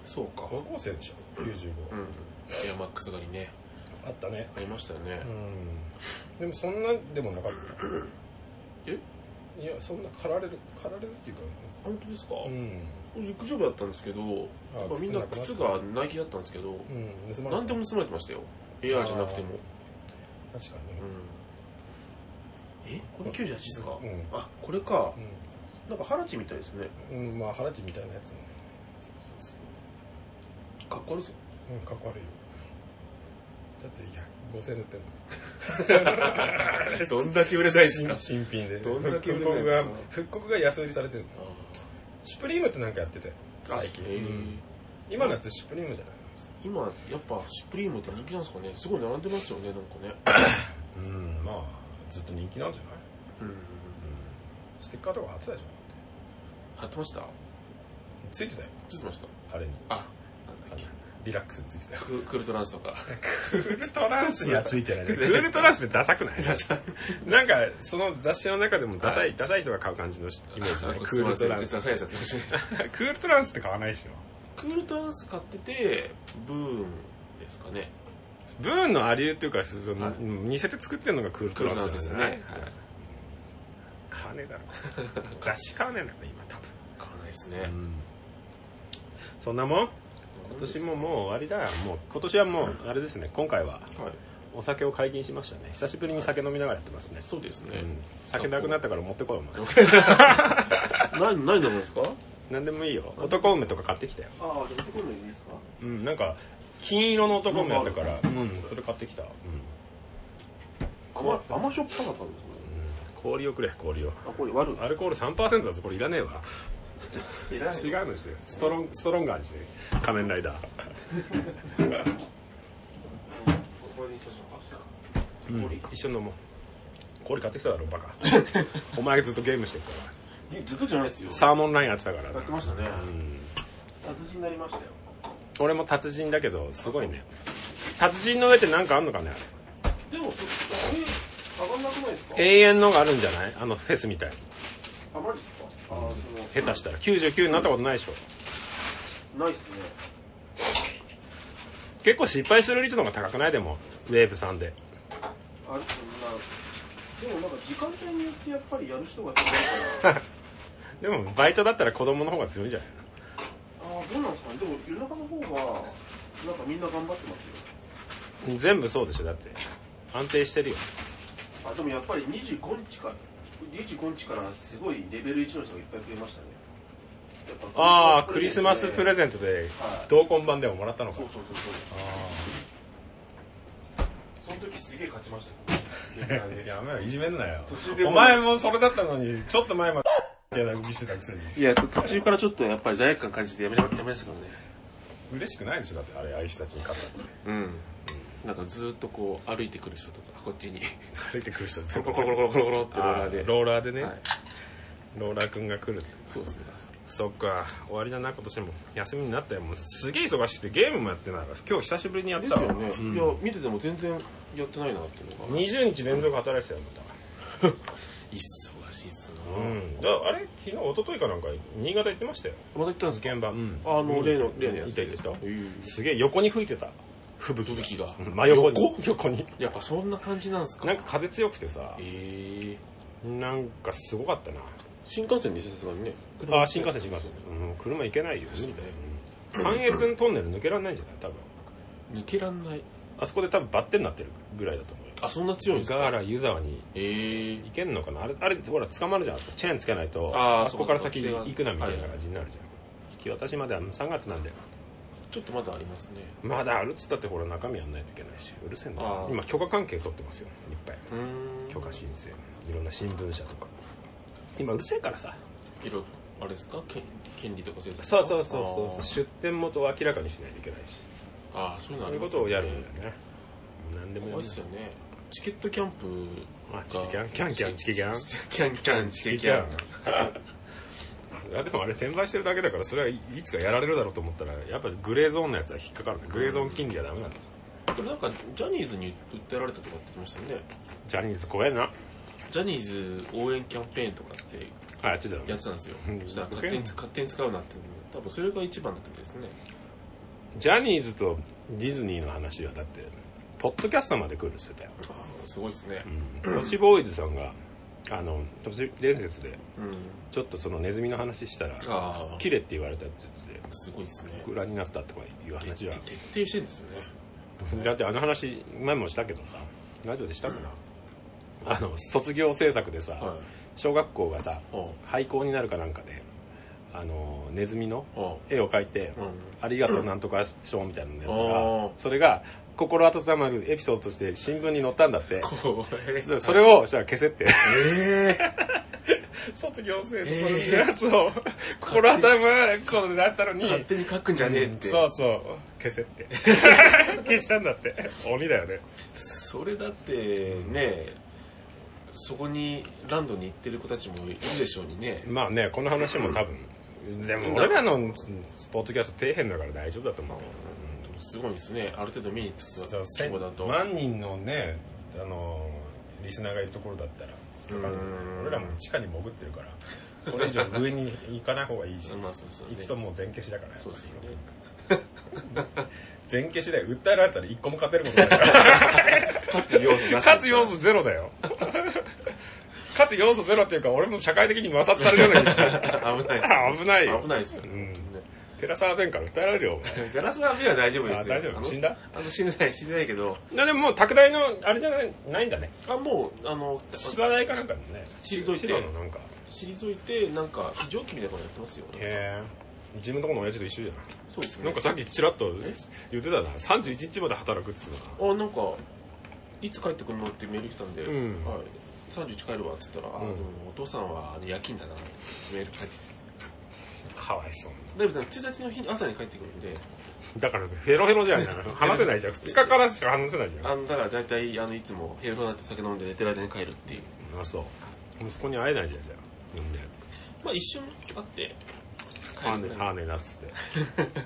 Speaker 2: そうか
Speaker 1: 高校生でしょ95、
Speaker 2: うんエアマックス狩りね
Speaker 1: あったね
Speaker 2: ありましたよね
Speaker 1: うんでもそんなでもなかった
Speaker 2: え
Speaker 1: いやそんな駆られる駆られるっていうか
Speaker 2: 本当ですか、
Speaker 1: うん、
Speaker 2: これ陸上部だったんですけど、
Speaker 1: あ
Speaker 2: やっぱみんな靴がナイキだったんですけど、
Speaker 1: うん、盗まれた
Speaker 2: 何でも盗まれてましたよ。エアーじゃなくても。
Speaker 1: 確か
Speaker 2: うん
Speaker 1: に、
Speaker 2: えこれ98ですか、
Speaker 1: うん
Speaker 2: あ、これか。なんかハラチみたいですね。
Speaker 1: うん、うん、まあ原地みたいなやつねそうそうそ
Speaker 2: かっこいい ですよ。
Speaker 1: ううんかっこ悪いよだっていや5000円で売って んの
Speaker 2: どんだけ売
Speaker 1: 新新品で
Speaker 2: どんだけ売れ
Speaker 1: 復
Speaker 2: ない
Speaker 1: 刻
Speaker 2: ですか
Speaker 1: が復刻が安売りされてるの
Speaker 2: あ
Speaker 1: シュプリームってなんかやってて
Speaker 2: ー
Speaker 1: 最近、
Speaker 2: あへー
Speaker 1: うん今のやつシュプリームじゃない
Speaker 2: 今、やっぱ、シュプリームって人気なんですかねすごい並んでますよね、なんかね。
Speaker 1: うんまあずっと人気なんじゃない
Speaker 2: うん。
Speaker 1: ステッカーとか貼ってたでしょ
Speaker 2: 貼ってました
Speaker 1: ついてたよ
Speaker 2: ついてました
Speaker 1: あれに
Speaker 2: あ、なんだっけ。
Speaker 1: リラックスについてたよ
Speaker 2: ククールトランス とか。
Speaker 1: クールトランスにはついてないね
Speaker 2: ク
Speaker 1: ク
Speaker 2: ー
Speaker 1: ー
Speaker 2: ル
Speaker 1: ル
Speaker 2: ト
Speaker 1: ト
Speaker 2: ラ
Speaker 1: ラ
Speaker 2: ン
Speaker 1: ンスってダサく ないなんかその雑誌の中でもダサい、ダサい人が買う感じのイメージ ねク
Speaker 2: すい
Speaker 1: ー
Speaker 2: ま
Speaker 1: ル
Speaker 2: せ
Speaker 1: ト
Speaker 2: ん
Speaker 1: ランス
Speaker 2: ダサいやつやってました。
Speaker 1: クールトランスって買わないでしょ
Speaker 2: クールトランス買ってて、ブーンですかね。
Speaker 1: ブーンのありゆっていうかその、
Speaker 2: はい
Speaker 1: 似せて作ってるのがクール
Speaker 2: ク
Speaker 1: ト
Speaker 2: ール
Speaker 1: ラ
Speaker 2: ト
Speaker 1: ン
Speaker 2: ラン
Speaker 1: ス
Speaker 2: ス
Speaker 1: な
Speaker 2: で
Speaker 1: ん
Speaker 2: す
Speaker 1: じゃな
Speaker 2: よね。はい
Speaker 1: い。買わねえだろ雑誌買わねえんだよ今多分
Speaker 2: 買わないですね。
Speaker 1: そんなもん今年ももう終わりだよもう今年はもうあれですね今回は
Speaker 2: はい。
Speaker 1: お酒を解禁しましたね久しぶりに酒飲みながらやってますね、
Speaker 2: そうです
Speaker 1: う
Speaker 2: ね。
Speaker 1: ん、酒なくなったから持ってこいお前
Speaker 2: 何、何飲むんですか
Speaker 1: 何でもいいよ男梅とか買ってきたよ
Speaker 2: ああ、じゃあ、男のいいですか
Speaker 1: うんなんか金色の男梅やったからうんそれ買ってきた、うん
Speaker 2: 甘、甘しょっぱかったんですね。
Speaker 1: 氷をくれ氷を
Speaker 2: あ、これ悪い。
Speaker 1: アルコール3%だぞこれいらねえわ
Speaker 2: えら
Speaker 1: 違うのしてストロンストロンガーにして仮面ライダー
Speaker 2: これにしましょ
Speaker 1: うん
Speaker 2: 氷
Speaker 1: 一緒に飲もう氷買ってきただろバ カお前ずっとゲームしてるから
Speaker 2: うかずっとじゃないですよ。
Speaker 1: サーモンラインやってたから
Speaker 2: やってましたね。
Speaker 1: うん
Speaker 2: 達人になりましたよ。
Speaker 1: 俺も達人だけどすごいね達人の上って何かあんのかね
Speaker 2: でも、これ、上がんなくないですか
Speaker 1: 永遠のがあるんじゃないあのフェスみたい
Speaker 2: あ、マジですかあー、
Speaker 1: 下手したら99になったことないでしょ
Speaker 2: その、ないっすね。
Speaker 1: 結構失敗する率の方が高くないでもウェーブさんで
Speaker 3: あれでもなんか時間帯によってやっぱりやる人が違うからあ
Speaker 1: でもバイトだったら子供の方が強いんじゃない
Speaker 3: あどうなんですかねでも夜中の方がなんかみんな頑張ってます
Speaker 1: の全部そうでしょだって安定してるよ
Speaker 3: よあでもやっぱり25日から25日からすごいレベル1の人がいっぱい増えましたねやっぱ
Speaker 1: ああクリスマスプレ
Speaker 3: ン
Speaker 1: ゼントで
Speaker 3: はい
Speaker 1: 同梱版でももらったのか
Speaker 3: そうそうそうそ
Speaker 1: あ
Speaker 2: その時すげえ勝ちましたね。
Speaker 1: ーやめろいじめんなよ
Speaker 2: 途中でも
Speaker 1: お前もそれだったのにちょっと前まで嫌な動きしてたくせに
Speaker 2: いや、途中からちょっとやっぱり罪悪感感じてやめなやめましたけどね。
Speaker 1: 嬉しくないでしょだってあれああいう人たちに勝ったって
Speaker 2: うん。なんかずーっとこう歩いてくる人とか、こっちに、
Speaker 1: 歩いてくる人
Speaker 2: コロコロコロコロコロコロってローラーで。
Speaker 1: ローラーでね、
Speaker 2: はい。
Speaker 1: ローラーくんが来る
Speaker 2: そうですね。
Speaker 1: そっか終わりだな今年も休みになったよもうすげえ忙しくてゲームもやってないから今日久しぶりにやっ
Speaker 2: です
Speaker 1: たわ
Speaker 2: よね。
Speaker 1: うん
Speaker 2: いや、見てても全然やってないなっていうのが。
Speaker 1: 20日連続働いてたよま
Speaker 2: 忙しいっすな
Speaker 1: たうんだあれ昨日一昨日かなんか新潟行ってましたよ
Speaker 2: また来たんですか
Speaker 1: 現場うん
Speaker 2: あの、例の、例のや
Speaker 1: 行
Speaker 2: つ
Speaker 1: った行った行っ
Speaker 2: うん
Speaker 1: たすげえ横に吹いてた
Speaker 2: 吹雪が。
Speaker 1: 真横に
Speaker 2: 横
Speaker 1: 横に
Speaker 2: やっぱそんな感じなんですか
Speaker 1: なんか風強くてさ
Speaker 2: えー、
Speaker 1: なんかすごかったな
Speaker 2: 新幹線でしたさすがにね。
Speaker 1: あー新幹線新幹線うん車行けないよ無理だようん関越トンネル抜けられないんじゃない多分
Speaker 2: 抜けらんない。
Speaker 1: あそこで多分バッテンになってるぐらいだと思うよ
Speaker 2: あ、そんな強いんですか
Speaker 1: ガーラ湯沢に
Speaker 2: えー、
Speaker 1: 行けんのかなあれあれほら捕まるじゃんチェーンつけないと
Speaker 2: あー
Speaker 1: あそこから先
Speaker 2: そうかそうか
Speaker 1: 行くなみたいな感じになるじゃん、引き渡しまでは3月なんだよ
Speaker 2: ちょっとまだありますね。
Speaker 1: まだあるっつったってほら中身やんないといけないしうるせえんだ
Speaker 2: あー
Speaker 1: 今許可関係取ってますよいっぱいう
Speaker 2: ーん。
Speaker 1: 許可申請いろんな新聞社とか今うるせえからさ
Speaker 2: いろいろあれですか権権利とかそういうやつ
Speaker 1: そうそうそうそうそう
Speaker 2: あー
Speaker 1: 出店元を明らかにしないといけないし
Speaker 2: あーそういうのあ
Speaker 1: そうい
Speaker 2: り
Speaker 1: う
Speaker 2: ま
Speaker 1: こ
Speaker 2: すね
Speaker 1: とをやるんだよね何でもや
Speaker 2: 怖い
Speaker 1: る
Speaker 2: っすよねチケットキャンプ
Speaker 1: あチケキャンキャンキャンチケキャン
Speaker 2: チケキャンキャンチケキャン
Speaker 1: いやでもあれ転売 してるだけだからそれはいいつかやられるだろうと思ったらやっぱりグレーゾーンのやつは引っかかるねグレーゾーン金利はダメなんだ
Speaker 2: でもなんかジャニーズに訴えられたとかって言ってましたよね
Speaker 1: ジャニーズ怖えな
Speaker 2: ジャニーズ応援キャンペーンとかって
Speaker 1: あやってたの
Speaker 2: やってたんですよ
Speaker 1: うん
Speaker 2: そしたら勝手に勝手に使うなっていうので多分それが一番だったみたいですね
Speaker 1: ジャニーズとディズニーの話はだってポッドキャストまで来るって言ってたよ、
Speaker 2: あーすごいですね
Speaker 1: うん、星ボーイズさんがあの都市伝説で
Speaker 2: うん
Speaker 1: ちょっとそのネズミの話したら
Speaker 2: ああ
Speaker 1: 切れって言われたって言ってて
Speaker 2: すごいですね
Speaker 1: 裏になったとかいう話は
Speaker 2: 徹底してるんですよね
Speaker 1: だってあの話前もしたけどさラジオでしたかなあの卒業制作でさ、
Speaker 2: はい
Speaker 1: 小学校がさ
Speaker 2: あ
Speaker 1: 廃校になるかなんかであのネズミの
Speaker 2: ああ
Speaker 1: 絵を描いて
Speaker 2: あうん
Speaker 1: 「ありがとうなんとか賞」みたいなのやつ
Speaker 2: あー
Speaker 1: がそれが心温まるエピソードとして新聞に載ったんだって
Speaker 2: これ
Speaker 1: そそれをしたら消せって
Speaker 2: ええ
Speaker 1: 卒業生
Speaker 2: えー
Speaker 1: のそのやつを心温まるエピソードだったのに
Speaker 2: 勝手に書くんじゃねえって、
Speaker 1: そうそう消せって 消したんだって鬼だよね
Speaker 2: それだってねそこにランドに行ってる子たちもいるでしょうにね
Speaker 1: まあねこの話も多分でも俺らのポッドキャスト底辺だから大丈夫だと思うけど
Speaker 2: すごいですねある程度見に行った規模だと
Speaker 1: 万人のねあのーリスナーがいるところだったら
Speaker 2: うん
Speaker 1: 俺らも地下に潜ってるからこれ以上上に行かない方がいいし
Speaker 2: まあそうですよ
Speaker 1: 行
Speaker 2: ね
Speaker 1: くともう全消しだから
Speaker 2: そうですよね
Speaker 1: 全消しで訴えられたら一個も勝てることない から
Speaker 2: 勝つ要素なし
Speaker 1: 勝つ要素ゼロだよ勝つ要素ゼロっていうか俺も社会的に摩擦されるように し
Speaker 2: 危ないです
Speaker 1: 危ないよ
Speaker 2: 危ないですよ
Speaker 1: う
Speaker 2: ね、
Speaker 1: ん
Speaker 2: 本
Speaker 1: テラサーベンから訴えられるよお
Speaker 2: 当ねガラスの網は大丈夫で
Speaker 1: 前あ
Speaker 2: すよ
Speaker 1: 大丈
Speaker 2: あ
Speaker 1: 夫
Speaker 2: の
Speaker 1: 死んだ
Speaker 2: あの死んでない死んでないけど
Speaker 1: いやでももう拓大のあれじゃないないんだね
Speaker 2: あもうあの
Speaker 1: 千葉大かなんかのね
Speaker 2: 退いて
Speaker 1: 千葉のなんか
Speaker 2: 退いてなんか非常勤みたいなことやってますよ
Speaker 1: へえ自分のとこの親父と一緒じゃない
Speaker 2: そうですね
Speaker 1: なんかさっきちらっと言ってたな31日まで働くっつう
Speaker 2: あなんかいつ帰ってくるのってメール来たんで「
Speaker 1: うん
Speaker 2: はい、31帰るわ」っつったら「
Speaker 1: う
Speaker 2: あ
Speaker 1: ん
Speaker 2: でもお父さんは夜勤だな」ってメール帰ってきて
Speaker 1: のかわいそう
Speaker 2: だいぶ1日の日に朝に帰ってくるんで
Speaker 1: だからヘロヘロじゃん話せないじゃん2日からしか話せないじゃん
Speaker 2: あのだから大体あのいつもヘロヘロになって酒飲んで寝てる間に帰るっていう
Speaker 1: あそう息子に会えないじゃんじゃあうんね
Speaker 2: まあ一瞬会って帰
Speaker 1: ハーネ
Speaker 2: るぐ らい
Speaker 1: ハーネだっつって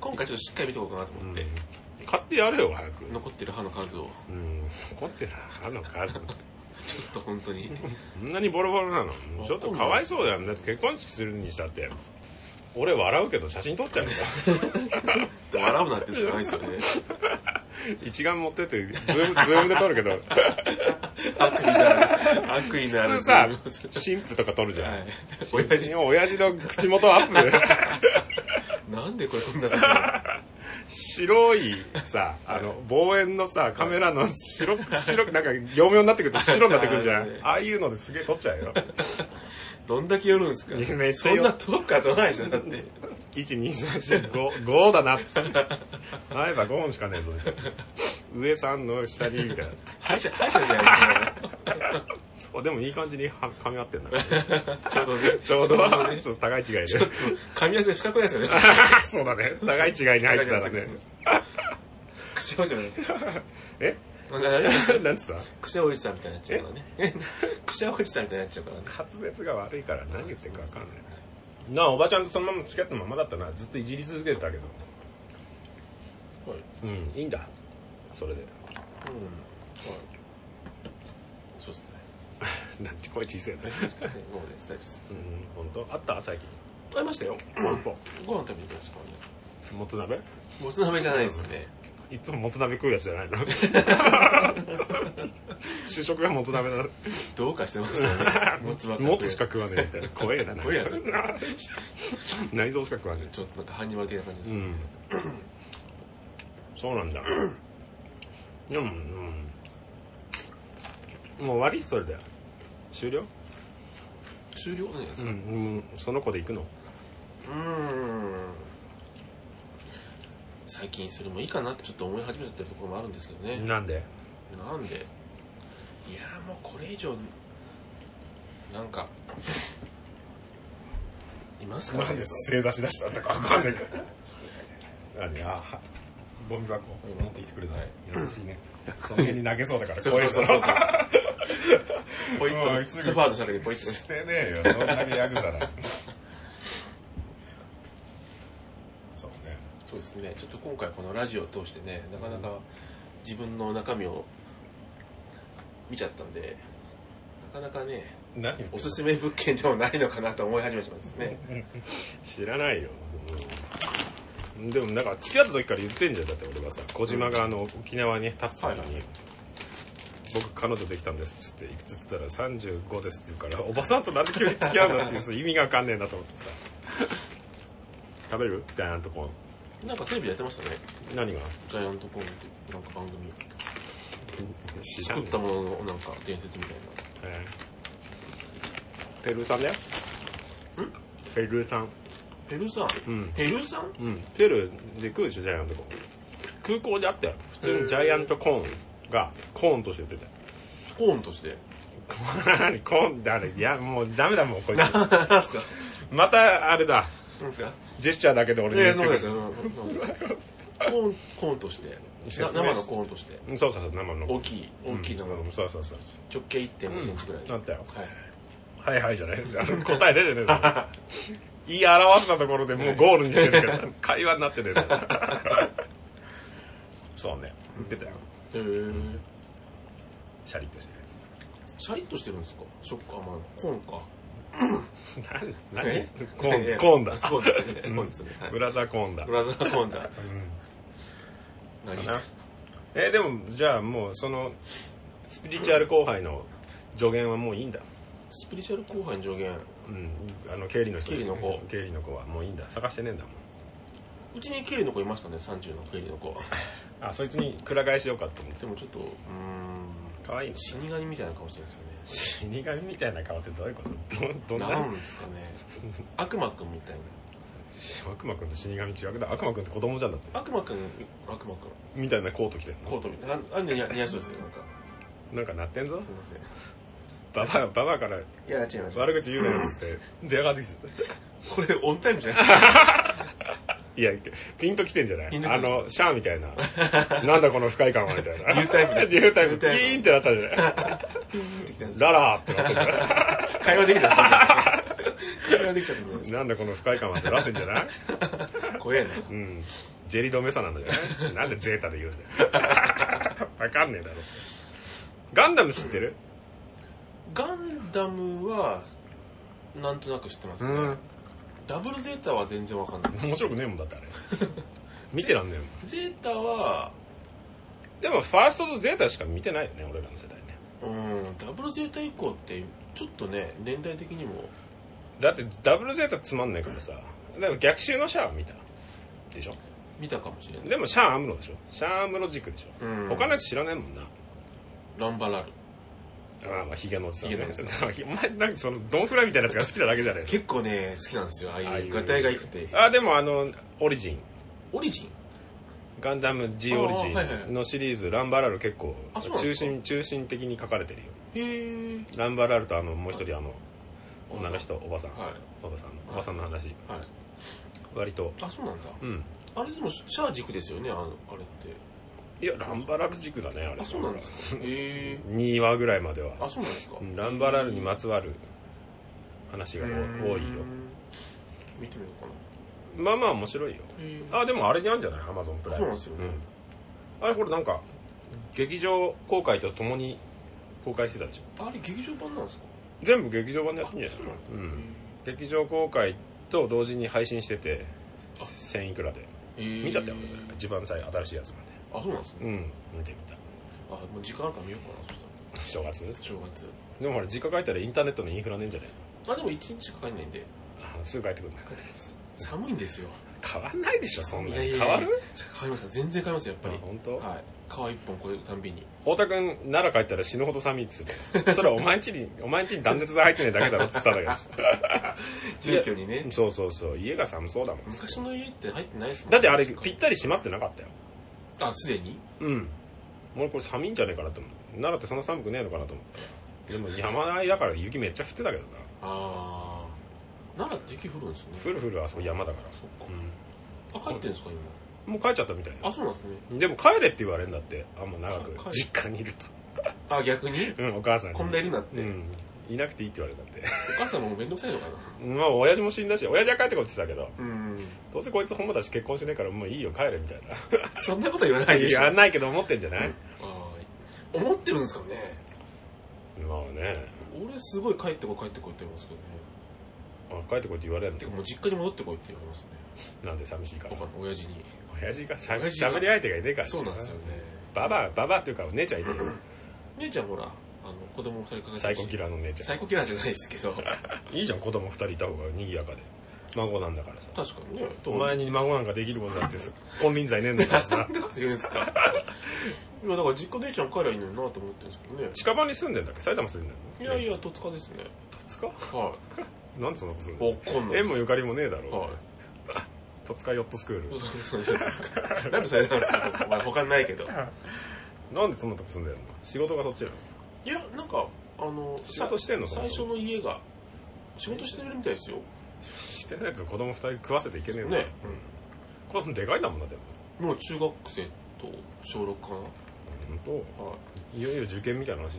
Speaker 2: 今回ちょっとしっかり見ておこうかなと思って、
Speaker 1: 買ってやれよ、早く。
Speaker 2: 残ってる歯の数を
Speaker 1: うん、怒ってる歯の数。
Speaker 2: ちょっと本 当に
Speaker 1: そんなにボロボロなのちょっとかわいそうだよね。だって結婚式するにしたって。俺笑うけど写真撮っちゃうか
Speaker 2: 笑うなってしかないですよ ね
Speaker 1: ら。 一眼持ってって、ズー ム、ズームで撮るけど、
Speaker 2: 悪意な悪意な
Speaker 1: 普
Speaker 2: る
Speaker 1: 通さ
Speaker 2: はい、
Speaker 1: 神父とか撮るじゃん。
Speaker 2: 親父
Speaker 1: 親父の口元アップで。
Speaker 2: なんでこれこんなところ
Speaker 1: 白いさ、あの、望遠のさ、カメラの白く、白く、なんか、業務用になってくると白になってくるじゃん
Speaker 2: はい。
Speaker 1: ああいうのですげえ撮っちゃうよ。
Speaker 2: どんだけ寄るんですか
Speaker 1: いやめっちゃ
Speaker 2: そ
Speaker 1: 寄
Speaker 2: ん
Speaker 1: る
Speaker 2: な遠くから取らないじゃん だって
Speaker 1: 1、2、3、4、5、5だなっつって。前歯5本しかねえぞ。上3の下に、みたいな。
Speaker 2: 歯医者歯医者じゃないですか
Speaker 1: あ、でもいい感じには噛み合ってんだ。
Speaker 2: ちょうどね
Speaker 1: ちょうど
Speaker 2: ね、
Speaker 1: そう、互い違いで。
Speaker 2: 噛み合わせ深くないですかね
Speaker 1: そうだね。互い違いに入ってたらね。
Speaker 2: 口青じゃない
Speaker 1: え なんつった
Speaker 2: 口青おじさんみたいになっちゃうからね口青おじさんみたいになっちゃうからね
Speaker 1: 滑舌が悪いから何言ってるかわかんない。なあ、おばちゃんとそのまま付き合ったままだったな。ずっといじり続けてたけど。
Speaker 2: はいうん
Speaker 1: うん、いいんだ。それで。
Speaker 2: そうですね
Speaker 1: なんて声小さいな。
Speaker 2: ねもうね大丈夫です
Speaker 1: うん、ほんとあった最近。
Speaker 2: 会いましたよ
Speaker 1: そう
Speaker 2: ご飯食べに行きましたからね
Speaker 1: もつ鍋
Speaker 2: もつ鍋じゃないですね
Speaker 1: いつももつ鍋食うやつじゃ ないの主食がもつ鍋な の。
Speaker 2: どうかしてま すよねもつばっかり
Speaker 1: もつしか食わねえみたいな。怖えな。
Speaker 2: 怖えやつ
Speaker 1: 内臓しか食わね
Speaker 2: ちょっとなんかハンニバル的な感じ
Speaker 1: え。
Speaker 2: です
Speaker 1: う
Speaker 2: ね、
Speaker 1: ん。そうなんだ。でも、うん。もう終わりそれで。終了
Speaker 2: 終了なんじゃないです
Speaker 1: うん、
Speaker 2: か
Speaker 1: うん。その子で行くの
Speaker 2: うーん最近それもいいかなってちょっと思い始めちゃってるところもあるんですけどね、
Speaker 1: なんで
Speaker 2: なんでいやーもうこれ以上なんかいますかね
Speaker 1: 正座しだしたんだかわかんないけど。何あ、はゴミ箱持ってきてくれた。
Speaker 2: はい
Speaker 1: 優しいね。その辺に投げそうだから。
Speaker 2: そうそうそうそうそうポイン
Speaker 1: う
Speaker 2: ト
Speaker 1: んすぐ
Speaker 2: ソファーの下にポイント
Speaker 1: してねえよ。そんなにヤクザな。そうね。
Speaker 2: そうですねちょっと今回このラジオを通してねなかなか自分の中身を見ちゃったんでなかなかね
Speaker 1: 何言ってんの
Speaker 2: おすすめ物件でもないのかなと思い始めちゃいますね
Speaker 1: 知らないよ。うんでもなんか付き合った時から言ってんじゃん。だって俺がさ、小島があの沖縄に立つ時
Speaker 2: はいは
Speaker 1: に、僕彼女できたんですっつって、いくつって言ったら35ですって言うから、おばさんとなんで急に付き合うんだっていうその意味がわかんねえなと思ってさ。食べるジャイアントコーン。
Speaker 2: なんかテレビでやってましたね
Speaker 1: 何が
Speaker 2: ジャイアントコーンってなんか番組
Speaker 1: 知ら
Speaker 2: 作
Speaker 1: ん
Speaker 2: っ
Speaker 1: よ
Speaker 2: たもののなんか伝説みたいな
Speaker 1: えーペルーさんだよ。ペルーさん。
Speaker 2: ペルさん
Speaker 1: うん。
Speaker 2: ペルさん
Speaker 1: うん。ペルーで食うでしょ、ジャイアントコーン。空港であったよ。普通にジャイアントコーンがコーンとして売ってたよ。
Speaker 2: コーンとして
Speaker 1: 何コーンだれいや、もうダメだもん、こいつ。
Speaker 2: 何すか
Speaker 1: また、あれだ。
Speaker 2: 何ですか
Speaker 1: ジェスチャーだけで俺
Speaker 2: いや
Speaker 1: に
Speaker 2: そ
Speaker 1: 言
Speaker 2: う
Speaker 1: っ
Speaker 2: で
Speaker 1: て
Speaker 2: す
Speaker 1: くる。
Speaker 2: よコーンコーンとして
Speaker 1: 説明
Speaker 2: な
Speaker 1: し
Speaker 2: 生のコーンとして
Speaker 1: うんそうそうそう、生の。
Speaker 2: 大きい大きいのが
Speaker 1: うんそうそうそう。
Speaker 2: 直径1.5センチぐらい
Speaker 1: なったよ。
Speaker 2: はいはい
Speaker 1: はいはいじゃないです答え出てねえだろ。言い表したところでもうゴールにしてるから、 会話になってねえだろ。そうね。言ってたよ。
Speaker 2: へー
Speaker 1: シャリッとしてるやつ。
Speaker 2: シャリッとしてるんですか食感まあコーンか
Speaker 1: 何
Speaker 2: え
Speaker 1: 何コー
Speaker 2: え
Speaker 1: ン、
Speaker 2: え
Speaker 1: コーンだ。
Speaker 2: そうですねコ
Speaker 1: うん
Speaker 2: ーンですねはい
Speaker 1: ブラザーコーンだ
Speaker 2: ブ。ラザーコーンだ何
Speaker 1: かなえーでも、じゃあもう、その、スピリチュアル後輩の助言はもういいんだ。
Speaker 2: スピリチュアル後輩の上限
Speaker 1: うん。あの、経理の人。
Speaker 2: 経理の子
Speaker 1: 経理の子はもういいんだ。探してねえんだもん。
Speaker 2: うちにケリの子いましたね30のケリの子
Speaker 1: あ、そいつにくら替えしようかと思って。
Speaker 2: でもちょっとうーん
Speaker 1: かわいいの
Speaker 2: 死神みたいな顔してるんですよね
Speaker 1: 死神みたいな顔ってどういうことど、どんな
Speaker 2: なんですかね。悪魔くんみたいな。
Speaker 1: 悪魔くんと死神違うけど、悪魔くんって子供じゃんだって。
Speaker 2: 悪魔くん、悪魔くん。
Speaker 1: みたいなコート着てんの
Speaker 2: コートみたいな。あ、あ似合似合いそうですよ、なんか。
Speaker 1: なんかなってんぞ
Speaker 2: す。みません。い
Speaker 1: ババア、ババアから
Speaker 2: や、違います。
Speaker 1: 悪口言うなよっつ って、出上がってきて。
Speaker 2: これ、オンタイムじゃない ですか。
Speaker 1: いや、ピンときてんじゃな
Speaker 2: ピン
Speaker 1: い
Speaker 2: ときて
Speaker 1: あ
Speaker 2: る
Speaker 1: の、シャアみた いな。なんだこの不快感はみたいな。
Speaker 2: ニュータイプだ
Speaker 1: ニュータイ
Speaker 2: ニュ
Speaker 1: プ。ピ
Speaker 2: ータイプ
Speaker 1: ーンってなったじゃない。
Speaker 2: ピンってきたんですよ
Speaker 1: ララーってなったじゃない。
Speaker 2: 会話できちゃったんですよ。会話できちゃったんじゃないです
Speaker 1: なんだこの不快感はってなってんじゃない
Speaker 2: か。怖えな。
Speaker 1: うん。ジェリドメサなんだじゃないなんでゼータで言うんだよ。わかんねえだろ。ガンダム知ってる
Speaker 2: ガンダムは、なんとなく知ってますね。
Speaker 1: うん
Speaker 2: ダブルゼータは全然わかんない。
Speaker 1: 面白くねえもんだってあれ。見てらんねえもん。
Speaker 2: ゼータは、
Speaker 1: でもファーストとゼータしか見てないよね、俺らの世代ね。
Speaker 2: うん、ダブルゼータ以降って、ちょっとね、年代的にも、
Speaker 1: だってダブルゼータつまんないからさ。でも逆襲のシャアは見た。でしょ
Speaker 2: 見たかもしれない。
Speaker 1: でもシャアアムロでしょシャアアムロ軸でしょ、
Speaker 2: うん
Speaker 1: 他のやつ知らないもんな。
Speaker 2: ランバラル。
Speaker 1: ああ、まあヒゲのおじさんね。
Speaker 2: ヒゲのお じ
Speaker 1: お前、なんかそのドンフラみたいなやつが好きなだけじゃないです
Speaker 2: 結構ね、好きなんですよ。あ
Speaker 1: ああ
Speaker 2: あ
Speaker 1: い
Speaker 2: いうう、ガタイが良くて。
Speaker 1: か。あ、でもあの、オリジン。
Speaker 2: オリジン
Speaker 1: ガンダム G オリジ
Speaker 2: あはいはい
Speaker 1: ンのシリーズ、ランバラル結構
Speaker 2: あそうなん
Speaker 1: 中
Speaker 2: ですか
Speaker 1: 心、中心的に書かれてるよ。
Speaker 2: へえ。
Speaker 1: ランバラルとあの、もう一人あの、
Speaker 2: おばさん
Speaker 1: 女の人、おばさん。
Speaker 2: は
Speaker 1: おばさんの、おばさんの話。
Speaker 2: い。はい。
Speaker 1: 割と。
Speaker 2: あ、そうなんだ。
Speaker 1: うん。
Speaker 2: あれでも、シャア軸ですよね、あのあれって。
Speaker 1: いや、ランバラル軸だね、あれ。
Speaker 2: あ、そうなんですか。へえ。
Speaker 1: 2話ぐらいまでは。
Speaker 2: あ、そうなんですか。
Speaker 1: うんランバラルにまつわる話が多いよ
Speaker 2: う。ん。見てみようかな。
Speaker 1: まあまあ面白いよ。
Speaker 2: へえ。
Speaker 1: あ、でもあれにあるんじゃないアマゾンプライム。
Speaker 2: そうなんですよね
Speaker 1: うんあれこれなんか、劇場公開とともに公開してたでしょ。
Speaker 2: あれ劇場版なんですか
Speaker 1: 全部劇場版でやってんじゃ
Speaker 2: あ
Speaker 1: ない
Speaker 2: そうなんだ
Speaker 1: うん。劇場公開と同時に配信してて、1000いくらで。
Speaker 2: へー
Speaker 1: 見ちゃったよ、俺それ。一番最新しいやつま
Speaker 2: あ、そうなんですね。
Speaker 1: で。うん。見てみた。
Speaker 2: あ、もう時間あるから見ようかな、そしたら。
Speaker 1: 正月
Speaker 2: 正月。
Speaker 1: でもほら、実家帰ったらインターネットのインフラねえんじゃない
Speaker 2: あ、でも一日しか帰んないんで、
Speaker 1: あすぐ帰ってくるんだ。
Speaker 2: 帰ってきます。寒いんですよ。
Speaker 1: 変わんないでしょ、そん
Speaker 2: い
Speaker 1: な
Speaker 2: やい
Speaker 1: に。
Speaker 2: やい
Speaker 1: 変
Speaker 2: や
Speaker 1: わる
Speaker 2: 変わりますよ全然変わりますよ、やっぱ
Speaker 1: あ
Speaker 2: り。
Speaker 1: 本当
Speaker 2: はい。川一本越えるたんびに。
Speaker 1: 太田君、奈良帰ったら死ぬほど寒いって言ってたよ。それはお前んちに、お前んちに断熱材入ってないだけだろって言ってたんだけ
Speaker 2: 住居にね
Speaker 1: ど。。そうそうそう、家が寒そうだもん。
Speaker 2: 昔の家って入ってないですもん
Speaker 1: だってあれ、ぴったり閉まってなかったよ。
Speaker 2: あ、すでに
Speaker 1: うん。俺これ寒いんじゃねえかなと思う。奈良ってそんな寒くねえのかなと思ったら。でも山あいだから雪めっちゃ降ってたけどな。
Speaker 2: あー。奈良って雪降るんですよね。
Speaker 1: ふるふるあそこ山だから。
Speaker 2: そっ
Speaker 1: う
Speaker 2: か。あ、帰ってんですか、
Speaker 1: ん。もう帰っちゃったみたい
Speaker 2: 今。
Speaker 1: な
Speaker 2: あ、。そうなんですね。
Speaker 1: でも帰れって言われるんだって。あんま長
Speaker 2: 帰
Speaker 1: く。
Speaker 2: れ
Speaker 1: 実家にいると。
Speaker 2: あ、逆に
Speaker 1: うん、お母さんに。
Speaker 2: こんないるなって。
Speaker 1: うん。いなくていいって言われたんで。
Speaker 2: お母さんもめんどくさいのかな。
Speaker 1: まあ親父も死んだし、親父は帰ってこいって言ってたけど。
Speaker 2: うん。
Speaker 1: どうせこいつ本部だし結婚しねえからもういいよ帰れみたいな。
Speaker 2: そんなこと言 わないでしょ。
Speaker 1: やんないけど思ってんじゃない、
Speaker 2: はーい思ってるんですかね
Speaker 1: まあね。
Speaker 2: 俺すごい帰ってこい帰ってこいって言いますけどね
Speaker 1: あ帰ってこいって言われるん
Speaker 2: て
Speaker 1: だ
Speaker 2: かもう実家に戻ってこいって言われますね
Speaker 1: なんで寂しいから
Speaker 2: わ。かんない親父に
Speaker 1: 親父がしゃ
Speaker 2: 親父が
Speaker 1: べり相手がいねえから。
Speaker 2: そうなんですよね。
Speaker 1: ババア、ババアっていうかお姉ちゃんいてるよ。
Speaker 2: 姉ちゃんほらあの子供二人抱えて
Speaker 1: 最高
Speaker 2: ラ
Speaker 1: キラーの姉ちゃ
Speaker 2: 最高キラーじゃないですけ ど確か
Speaker 1: ん。いいじゃん、子供二人いた方が賑やかで。孫なんだからさ。
Speaker 2: にね
Speaker 1: お前に孫なんかできることだって さ、金輪際ねえんだから
Speaker 2: な
Speaker 1: さ
Speaker 2: ん。てこと言うんですか 今だから実家姉ちゃん帰りゃいいのになと思ってるんですけどね
Speaker 1: 近場に住んでんだっけ埼玉住んでん
Speaker 2: い
Speaker 1: の
Speaker 2: やいや戸塚ですね
Speaker 1: 戸塚
Speaker 2: は
Speaker 1: なんでそんなことする
Speaker 2: いわ
Speaker 1: の
Speaker 2: かんない
Speaker 1: 縁もゆかりもねえだろ
Speaker 2: は。
Speaker 1: 戸塚ヨットスクー
Speaker 2: い
Speaker 1: ル。
Speaker 2: そうそうそうですかなんでそれなんですか 戸塚まあ他ないけど
Speaker 1: なんでそんなとこ住んでんの仕事がそっちなの
Speaker 2: いや、なんか、あの、
Speaker 1: 仕事してんの
Speaker 2: さ最初の家が、仕事してるみたいですよ。
Speaker 1: してないと子供二人食わせていけねえよ
Speaker 2: ね
Speaker 1: うん、子供でかいんだもんなでも
Speaker 2: もう中学生と小6か
Speaker 1: 本
Speaker 2: な。はい。
Speaker 1: 当いよいよ受験みたいな話だ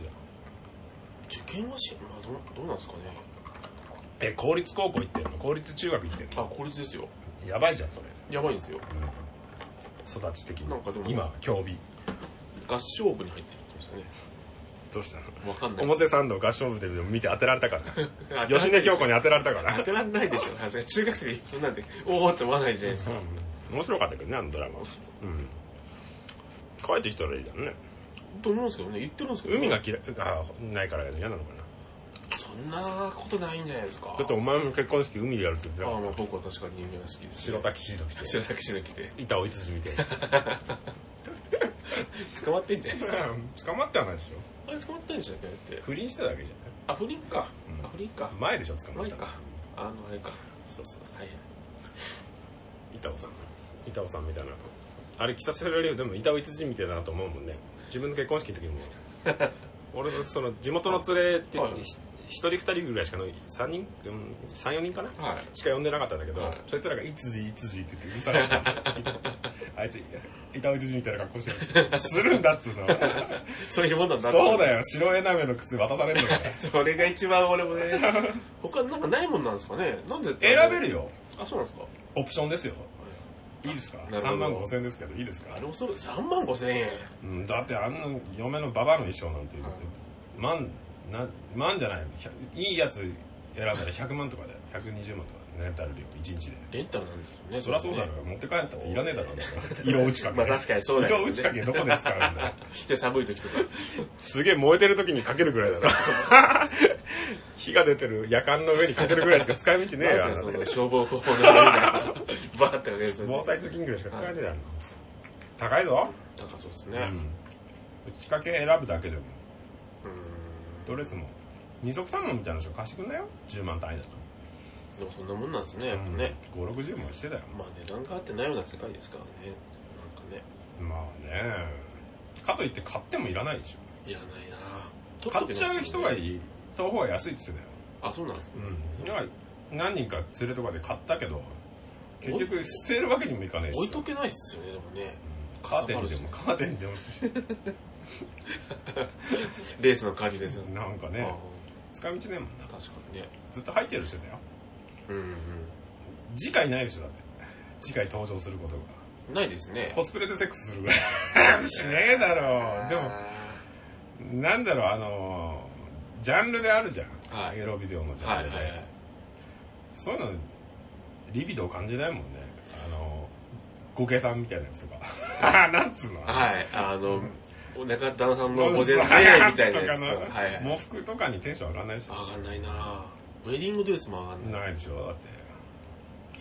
Speaker 2: 受験はし、まあ、どうどうなんですかね。
Speaker 1: え公立高校行ってんの公立中学行ってん
Speaker 2: あ、公立ですよ。
Speaker 1: のやばいじゃんそれ、
Speaker 2: やばいんですよ。
Speaker 1: 育ち的に
Speaker 2: なんかでも
Speaker 1: 今競技
Speaker 2: 合唱部に入ってるって言ってましたね。
Speaker 1: どうしたの
Speaker 2: わかんない
Speaker 1: 表参道合唱部でも見て当てられた から
Speaker 2: 表
Speaker 1: 吉根京子に当てられたから
Speaker 2: 当てらんないでしょ。恥ずかしい中学生でそんなんで、おーって思わないじゃないですか。
Speaker 1: うん面白かったけどねあのドラマうん帰ってきたらいいだろうね
Speaker 2: と思うんですけどね、言ってるんですけど、
Speaker 1: 海が嫌いあないから嫌なのかな
Speaker 2: そんなことないんじゃないですか。
Speaker 1: だってお前も結婚式海でやるって言って
Speaker 2: あ
Speaker 1: た
Speaker 2: あ、
Speaker 1: から
Speaker 2: まあ僕は確かに海が好きです、
Speaker 1: 白滝シード着て
Speaker 2: 白滝市の来て、
Speaker 1: 板追いつみ たいな
Speaker 2: 捕まってんじゃないですか。
Speaker 1: 捕まってはないでしょ
Speaker 2: あれ捕まったんでしたっけあれって。
Speaker 1: 不倫してただけじゃ
Speaker 2: あ、不倫か。
Speaker 1: うん
Speaker 2: あ、不倫か
Speaker 1: ない。前でしょ捕ま
Speaker 2: まあ
Speaker 1: っ
Speaker 2: いい
Speaker 1: た
Speaker 2: か。あの、あれか。
Speaker 1: そうそう
Speaker 2: はい。
Speaker 1: 板尾さん板尾さんみたいなあれ着させられるよでも板尾一人みたいだなと 思うもんね自分の結婚式の時にも俺のその地元の連れって、
Speaker 2: はい
Speaker 1: 一人二人ぐらいしかの3人、うん、34人かな
Speaker 2: はい
Speaker 1: しか呼んでなかったんだけど、
Speaker 2: はい
Speaker 1: そいつらが「いつじいつじ」って言ってう るさかったんですよあいつ板打ちじみたいな格好してるんですよするんだっつう の
Speaker 2: そういうもんなんだって
Speaker 1: そうだよ白エナメの靴渡されるんだから
Speaker 2: それが一番俺もね 他なんかないもんなんですかねなんで
Speaker 1: 選べるよ
Speaker 2: あそうなんですか
Speaker 1: オプションですよいいですか
Speaker 2: なるほど
Speaker 1: 3万5千円ですけどいいですか
Speaker 2: あれ恐ろ3万5千円
Speaker 1: うん、だってあんな嫁のババアの衣装なんて、
Speaker 2: はい
Speaker 1: 万な万じゃない100いいやつ選んだら100万とかだよ120万とかレンタル料1日で
Speaker 2: レンタルなんですよね
Speaker 1: そりゃそうだろ、持って帰ったっていらねえだろ、 色打ちかけ
Speaker 2: まあ確かにそうだよね
Speaker 1: 色打ちかけどこで使うんだよ
Speaker 2: で寒い時とか
Speaker 1: すげえ燃えてる時にかけるぐら いだろ火が出てる夜間の上にかけるぐらいしか使い道ねえよあ
Speaker 2: なん
Speaker 1: んな
Speaker 2: すかそ
Speaker 1: の
Speaker 2: の消防法の バーってかけるそれ
Speaker 1: 防災頭巾ぐらいしか使えねえだろ高いぞ、
Speaker 2: 高そうです
Speaker 1: う
Speaker 2: ね
Speaker 1: ん、打ち掛け選ぶだけでも
Speaker 2: うん
Speaker 1: ドレスも二足三本みたいな人貸してくんなよ10万単位だと
Speaker 2: でもそんなもんなんですねやっぱね、
Speaker 1: 560万してたよ
Speaker 2: まあ値段が合ってないような世界ですからねなんかね
Speaker 1: まあねかといって買ってもいらないでしょ
Speaker 2: いらないな取
Speaker 1: 買
Speaker 2: と
Speaker 1: っ
Speaker 2: け
Speaker 1: ち
Speaker 2: な
Speaker 1: ゃ
Speaker 2: いですよ
Speaker 1: う人
Speaker 2: ね
Speaker 1: がいい買う方が安いって言って
Speaker 2: あそうなんですね
Speaker 1: たようんだから何人か連れとかで買ったけど結局捨てるわけにもいかねえし
Speaker 2: 置いとけないですよねでもね
Speaker 1: うんカーテンでも
Speaker 2: か
Speaker 1: カーテンでも
Speaker 2: レースの感じですよね
Speaker 1: なんかね使い道ねえもんな
Speaker 2: あ確かにね
Speaker 1: ずっと入ってる人だよ
Speaker 2: うん
Speaker 1: 次回ないでしょだって次回登場することが
Speaker 2: うんないですね
Speaker 1: コスプレでセックスするぐらい しねえだろうでもなんだろう、あのージャンルであるじゃん。
Speaker 2: はい
Speaker 1: エロビデオのジ
Speaker 2: は
Speaker 1: ャ
Speaker 2: い
Speaker 1: ンルで。
Speaker 2: はいはい
Speaker 1: そういうの、リビドー感じないもんね。あのー、ゴケさんみたいなやつとか。 あーなんつうの
Speaker 2: はいあの、お腹旦那さん
Speaker 1: そ
Speaker 2: の
Speaker 1: う
Speaker 2: 御
Speaker 1: そ
Speaker 2: 前
Speaker 1: う
Speaker 2: でみたいなや つとか
Speaker 1: と
Speaker 2: はい
Speaker 1: か
Speaker 2: はい
Speaker 1: の喪服とかにテンション上がらないでしょ。
Speaker 2: 上がんないなウェディングドレスも上がんない
Speaker 1: ない
Speaker 2: で
Speaker 1: ですしょ。だって、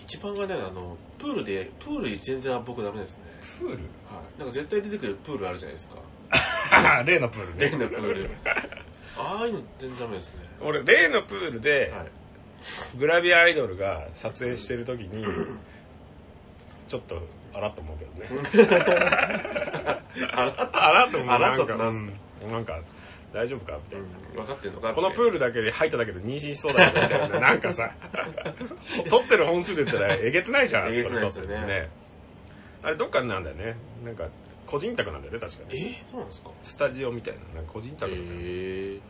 Speaker 2: 一番上がんないのはあのプールでプール全然僕ダメですね
Speaker 1: プール
Speaker 2: はいなんか絶対出てくるプールあるじゃないですか
Speaker 1: あー 例のプールね。
Speaker 2: 例のプ ールああいうの全然ダメですね
Speaker 1: 俺、例のプールで、
Speaker 2: はい
Speaker 1: グラビアアイドルが撮影してる時に、ちょっと、あらっと思うけどね。
Speaker 2: あら
Speaker 1: あらと思う。
Speaker 2: あらと
Speaker 1: なん
Speaker 2: な
Speaker 1: か
Speaker 2: んす
Speaker 1: うんなんか、大丈夫かみたいな。
Speaker 2: 分かってんのか
Speaker 1: このプ
Speaker 2: ル
Speaker 1: ールだけで入っただけで妊娠しそうだよみたい な。なんかさ、撮ってる本数で言ったらえげつないじゃん、あそこで撮ってる
Speaker 2: えげつないですよね
Speaker 1: ね。あれ、どっかになんだよね。なんか、個人宅なんだよね、確か
Speaker 2: え
Speaker 1: に。
Speaker 2: ー、そうなんですか
Speaker 1: スタジオみたいな、なんか個人宅みたいな。
Speaker 2: えー、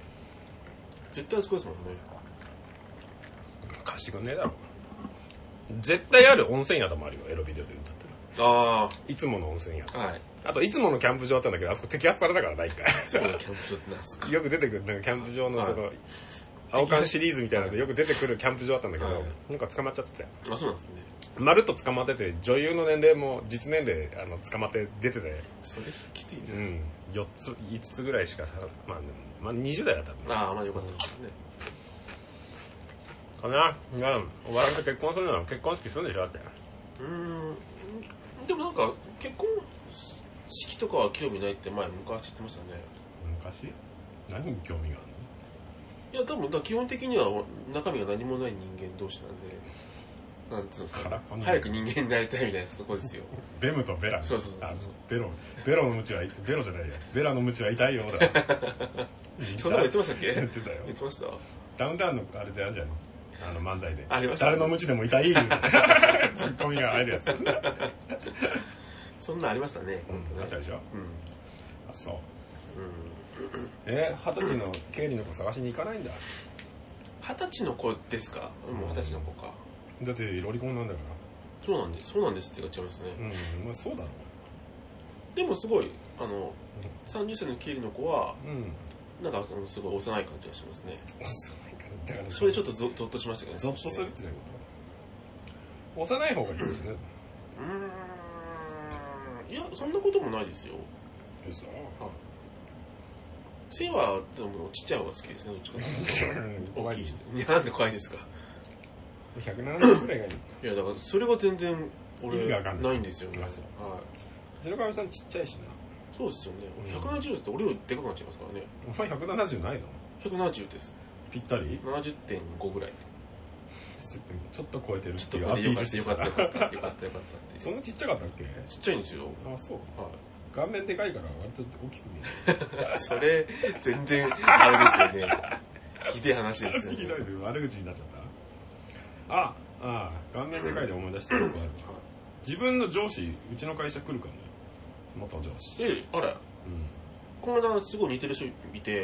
Speaker 2: 絶対あそこですもんね
Speaker 1: 貸してくんねえだろ。絶対ある温泉宿もあるよ、エロビデオで歌ったら。
Speaker 2: あ
Speaker 1: いつもの温泉宿。
Speaker 2: あはい
Speaker 1: あと、いつものキャンプ場あったんだけど、あそこ摘発されたからな、一回。
Speaker 2: そこのキャンプ場ってなんですか
Speaker 1: よく出てくる、なんかキャンプ場のその、青缶シリーズみたいなのでよく出てくるキャンプ場あったんだけ
Speaker 2: は
Speaker 1: ど
Speaker 2: い、
Speaker 1: なんか捕まっちゃってたよ。
Speaker 2: あそうなんですね
Speaker 1: まるっと捕まってて、女優の年齢も実年齢あの捕まって出てて、
Speaker 2: それきついね
Speaker 1: うん、4つ、5つぐらいしかさ、まあ、まあ、20代だったんだ。
Speaker 2: ああまあよかったですね
Speaker 1: かなうん。お笑いと結婚するなら結婚式するんでしょだって。
Speaker 2: うーんでもなんか結婚式とかは興味ないって前昔言ってましたね
Speaker 1: 昔何に興味があるの
Speaker 2: いや多分だから基本的には中身が何もない人間同士なんでなんつうんです
Speaker 1: 空
Speaker 2: か
Speaker 1: っぽの
Speaker 2: 早く人間になりたいみたいなとこ ですよ
Speaker 1: ベムとベラ。
Speaker 2: そうそうそう
Speaker 1: あベロ、ベロのムチは、ベロじゃないよ。ベラのムチは痛いよ、だ。
Speaker 2: そんなこと言ってましたっけ
Speaker 1: 言ってたよ
Speaker 2: 言ってました
Speaker 1: ダウンタウンのあれであるじゃん。あの漫才で。
Speaker 2: ありましたね
Speaker 1: 誰のムチでも 痛い。ツッコミが入るやつ。うん。あ
Speaker 2: そんなんありましたね
Speaker 1: ったでしょ
Speaker 2: うんうん
Speaker 1: あ、そう。えー、二十歳の経理の子探しに行かないんだ。
Speaker 2: 二十歳の子ですかうん二十歳の子か
Speaker 1: だってロリコンなんだか
Speaker 2: そうなんですそうなんですって言っちゃいますね
Speaker 1: ら。うん、まあそうだろ
Speaker 2: でもすごいあの30歳の経理の子は
Speaker 1: う。うん。
Speaker 2: なんかそのすごい幼い感じがしますね
Speaker 1: 幼いから、だから、
Speaker 2: それでちょっとゾゾッとしましたけどね
Speaker 1: ゾッとするってどういうこと幼い方がいいですね。
Speaker 2: うーんいやそんなこともないですよ
Speaker 1: 嘘
Speaker 2: 背はでもちっちゃい方が好きですねどっちかというと
Speaker 1: 怖い
Speaker 2: 大きい
Speaker 1: です
Speaker 2: 人いやなんで怖いんですか
Speaker 1: 170くらいがいい。
Speaker 2: いやだからそれが全然
Speaker 1: 意
Speaker 2: 俺
Speaker 1: 味わかんない
Speaker 2: ないんですよね
Speaker 1: あ
Speaker 2: はい
Speaker 1: そう白神さんちっちゃいしな。
Speaker 2: そうですよね俺170だって俺よりでかくなっちゃいますからね
Speaker 1: お前170ないの
Speaker 2: 170です
Speaker 1: ぴったり
Speaker 2: 70.5ぐらい
Speaker 1: ちょっと超えてるっ
Speaker 2: ちょってと
Speaker 1: いう
Speaker 2: ま
Speaker 1: ア
Speaker 2: あ
Speaker 1: ピ
Speaker 2: よ
Speaker 1: ー
Speaker 2: か
Speaker 1: ル
Speaker 2: っ
Speaker 1: したて
Speaker 2: よ
Speaker 1: き
Speaker 2: か
Speaker 1: た
Speaker 2: った
Speaker 1: な
Speaker 2: よかったよかったよかったってい
Speaker 1: そん
Speaker 2: う
Speaker 1: なちっちゃかったっけ
Speaker 2: ちっちゃいんですよ
Speaker 1: あ、そう。
Speaker 2: は
Speaker 1: 顔面 でかいから割と大きく見える。
Speaker 2: いそれ全然あれですよね ひでえ話ですよ、
Speaker 1: ひ
Speaker 2: ね
Speaker 1: どい悪口になっちゃったあああ顔面でかいで思い出したことある自分の上司うちの会社来るかもよ元上司
Speaker 2: であら
Speaker 1: う
Speaker 2: この間すごい似てる人いて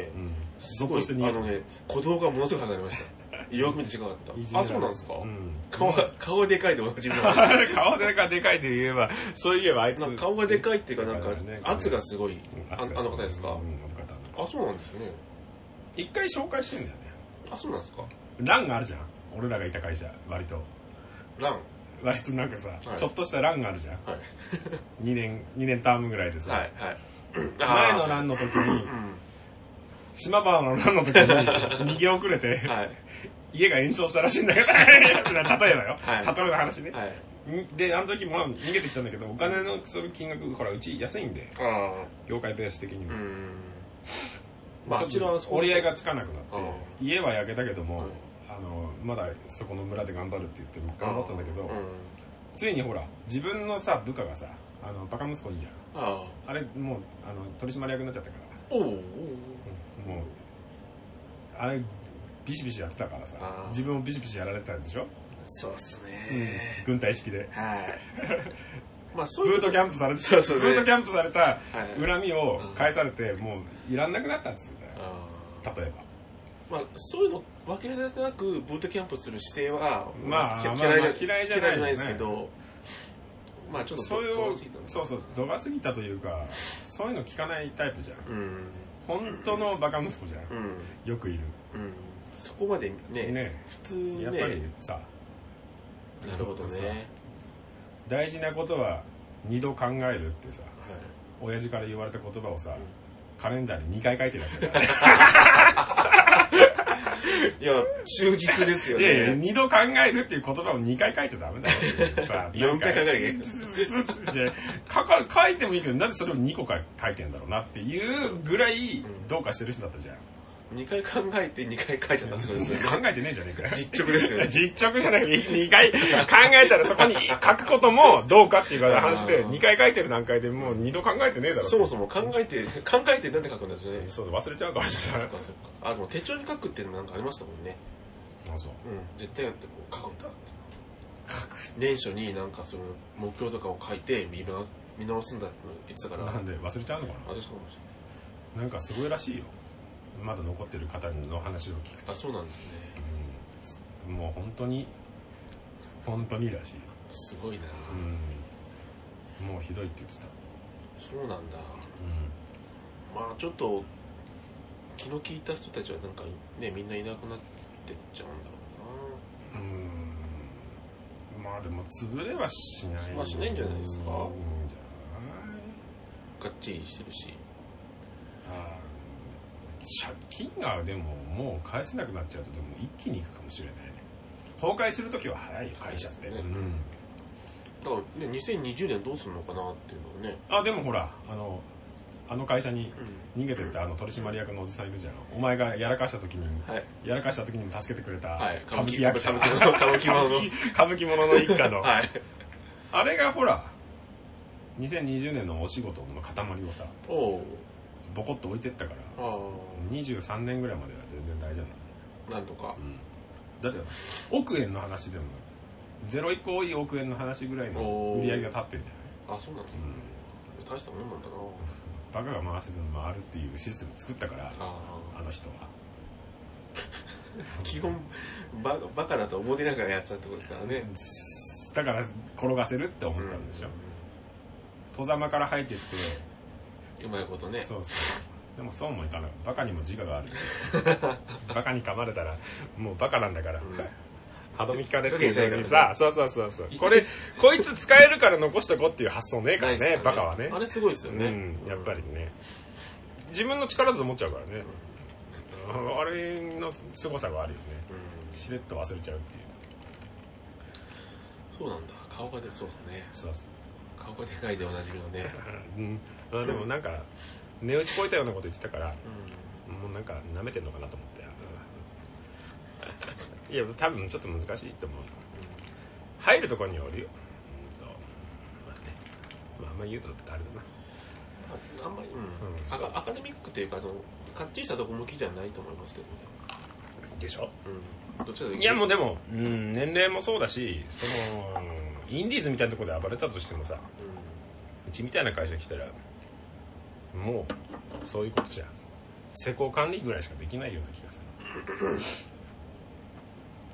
Speaker 1: ん、うん、
Speaker 2: す
Speaker 1: ゾッ
Speaker 2: ご
Speaker 1: と
Speaker 2: い
Speaker 1: して逃げ
Speaker 2: あのね鼓動がものすごい離れ ましたよく見て違かったあそうなんですか、
Speaker 1: うん、
Speaker 2: 顔が顔でかいでおなじ みなんですよ
Speaker 1: 顔でかいでかいって言えばそういえばあいつ
Speaker 2: なんか顔がでかいっていうかなんか
Speaker 1: そうだね
Speaker 2: 圧がすごい、
Speaker 1: うん
Speaker 2: ああの方ですか、
Speaker 1: うんあの方
Speaker 2: あそうなんですね
Speaker 1: 一回紹介してんだよね
Speaker 2: あそうなんですか
Speaker 1: 欄があるじゃん俺らがいた会社割と
Speaker 2: ランは
Speaker 1: 割となんかさ、
Speaker 2: はい
Speaker 1: ちょっとした欄があるじゃん
Speaker 2: い
Speaker 1: 2年2年タームぐらいでさ、
Speaker 2: はいはい
Speaker 1: 前の
Speaker 2: ン
Speaker 1: 欄の時に
Speaker 2: う
Speaker 1: 島原の欄の時に逃げ遅れて
Speaker 2: んはい
Speaker 1: 家が延焼したらしいんだけど 例えばよ、
Speaker 2: はい
Speaker 1: 例えば話ね、
Speaker 2: はい
Speaker 1: にであの時も逃げてきたんだけどお金のその金額ほらうち安いんで
Speaker 2: ああ
Speaker 1: 業界ベース的に
Speaker 2: う
Speaker 1: も、
Speaker 2: ん
Speaker 1: まあ、
Speaker 2: あちらはそこ
Speaker 1: 折り合いがつかなくなって
Speaker 2: ああ
Speaker 1: 家は焼けたけども、
Speaker 2: はい
Speaker 1: あのまだそこの村で頑張るって言って頑張ったんだけど、
Speaker 2: うん
Speaker 1: ついにほら自分のさ部下がさあのバカ息子にじゃん
Speaker 2: ああ
Speaker 1: あれもうあの取締役になっちゃったから、
Speaker 2: おうおうおう
Speaker 1: もうあれビシビシやってたから
Speaker 2: あ
Speaker 1: さ
Speaker 2: あ
Speaker 1: 自分もビシビシやられてたんでしょ、
Speaker 2: そうっす
Speaker 1: うん
Speaker 2: ね
Speaker 1: 軍隊式で
Speaker 2: はいまあそ
Speaker 1: ブ
Speaker 2: ういう
Speaker 1: ー
Speaker 2: と
Speaker 1: トキャンプされて
Speaker 2: そうそうね
Speaker 1: ブートキャンプされた
Speaker 2: はい
Speaker 1: 恨みを返されて、もういらんなくなったっつうんだよ
Speaker 2: ああ
Speaker 1: 例えば
Speaker 2: まあそういうの分け隔てなくブートキャンプする姿勢は
Speaker 1: まあ
Speaker 2: き
Speaker 1: まあ
Speaker 2: 嫌い
Speaker 1: まあ
Speaker 2: じゃ
Speaker 1: 嫌いじゃない
Speaker 2: 嫌いじゃないですけどまあちょっと
Speaker 1: そういう
Speaker 2: 遠すぎたんです
Speaker 1: そうそう度が過ぎたというかそういうの聞かないタイプじゃん
Speaker 2: うん
Speaker 1: 本当のバカ息子じゃん
Speaker 2: うん
Speaker 1: よくいる
Speaker 2: うんそこまでね
Speaker 1: ね
Speaker 2: 普通ね
Speaker 1: やっぱりさ
Speaker 2: なるほど
Speaker 1: そうそう
Speaker 2: ね
Speaker 1: 大事なことは二度考えるってさ
Speaker 2: はい
Speaker 1: 親父から言われた言葉をさ
Speaker 2: ん
Speaker 1: カレンダーに2回書いてるやつだから
Speaker 2: いや、忠実ですよ
Speaker 1: いやいや
Speaker 2: ね。
Speaker 1: 二度考えるっていう言葉を2回書いちゃダメだよ さ
Speaker 2: 4回考
Speaker 1: る
Speaker 2: える
Speaker 1: 書か書いてもいいけどなぜそれを2個か書いてんだろうなっていうぐらいどうかしてる人だったじゃん
Speaker 2: 2回考えて2回書いちゃったってことですね。
Speaker 1: 考えてねえじゃねえかよ
Speaker 2: 実直ですよね。
Speaker 1: 実直じゃない2回考えたらそこに書くこともどうかっていう話で
Speaker 2: うん
Speaker 1: 2回書いてる段階でもう2度考えてねえだろ
Speaker 2: そもそも考えて、考えてなんて書くんですよね。そ
Speaker 1: そうだ忘れちゃうかもしれな
Speaker 2: っ
Speaker 1: い
Speaker 2: かそっか。あ、でも手帳に書くっていうのなんかありましたもんね。
Speaker 1: あそう
Speaker 2: うん。絶対やってこう書くんだって。年初になんかその目標とかを書いて見直見直すんだって言ってたから。
Speaker 1: なんで忘れちゃうのか
Speaker 2: あ、そうかもし
Speaker 1: ななんかすごいらしいよまだ残ってる方の話を聞く
Speaker 2: れないあ、そうなんですね。
Speaker 1: うんもう本当に本当にらしい、
Speaker 2: すごいな
Speaker 1: うん、もうひどいって言ってた、
Speaker 2: そうなんだ。まあちょっと気の利いた人たちはなんかねみんないなくなってっちゃうんだろ
Speaker 1: うんまあでも潰れはしない
Speaker 2: まあしないんじゃないですか
Speaker 1: うんじゃ
Speaker 2: うながっちりしてるし
Speaker 1: ないあー借金がでももう返せなくなっちゃうとでも一気にいくかもしれないね崩壊するときは早いよ会社って、
Speaker 2: そうですね
Speaker 1: ん
Speaker 2: だから、ね、2020年どうするのかなっていうのをね、
Speaker 1: あでもほらあのあの会社に逃げてったあの取締役のおじさんいるじゃんお前がやらかした時に
Speaker 2: はい
Speaker 1: やらかした時にも助けてくれた
Speaker 2: はい
Speaker 1: 歌舞伎役者
Speaker 2: 歌舞伎の歌舞伎の
Speaker 1: 歌舞伎歌舞伎者の一家の
Speaker 2: はい
Speaker 1: あれがほら2020年のお仕事の塊をさ
Speaker 2: おお
Speaker 1: ボコッと置いてったから
Speaker 2: ああ
Speaker 1: 23年ぐらいまでは全然大丈夫
Speaker 2: なんとか
Speaker 1: だって億円の話でもゼロ一個多い億円の話ぐらいの売り上げが立ってるじ
Speaker 2: あそうなんだ
Speaker 1: ゃない、
Speaker 2: 大したもんなんだな
Speaker 1: バカが回せず回るっていうシステム作ったから
Speaker 2: あ
Speaker 1: あの人は
Speaker 2: あ基本ババカだと思ってながらやってたってことですか
Speaker 1: だ
Speaker 2: らね
Speaker 1: から転がせるって思ったんでしょ、戸ざまから入ってって
Speaker 2: うんうまいことね
Speaker 1: そうそうでもそうもいかないバカにも自我 があるバカに噛まれたらもうバカなんだから、
Speaker 2: ん
Speaker 1: 歯止め聞かれて
Speaker 2: 手かけちゃい
Speaker 1: る
Speaker 2: け
Speaker 1: のに
Speaker 2: ないから
Speaker 1: さ
Speaker 2: ね
Speaker 1: そうそうそうそうこれこいつ使えるから残しとこうっていう発想ねえか
Speaker 2: な
Speaker 1: ら
Speaker 2: い
Speaker 1: ね
Speaker 2: ですから
Speaker 1: バカはね
Speaker 2: あれすごいですよね、
Speaker 1: うんやっぱりね自分の力だと思っちゃうからね、あれの凄さがあるよね
Speaker 2: うん
Speaker 1: しれっと忘れちゃうっていう
Speaker 2: そうなんだ顔が出そうですね
Speaker 1: そうそう
Speaker 2: 顔がでかいでおなじみの ね、
Speaker 1: うん、あでもなんか値打ち超えたようなこと言ってたから
Speaker 2: う
Speaker 1: もうなんか舐めてんのかなと思って いや多分ちょっと難しいと思うん入るところにおるようんとまあねまああんま言うとあれだな
Speaker 2: ああんまり、うん
Speaker 1: うん
Speaker 2: アカアカデミックというかそのかっちりしたとこ向きじゃないと思いますけどね
Speaker 1: でしょ
Speaker 2: うんどっちらで
Speaker 1: いやもうでも、うん、年齢もそうだしそのインディーズみたいなところで暴れたとしてもさうちみたいな会社来たらもうそういうことじゃ施工管理ぐらいしかできないような気がする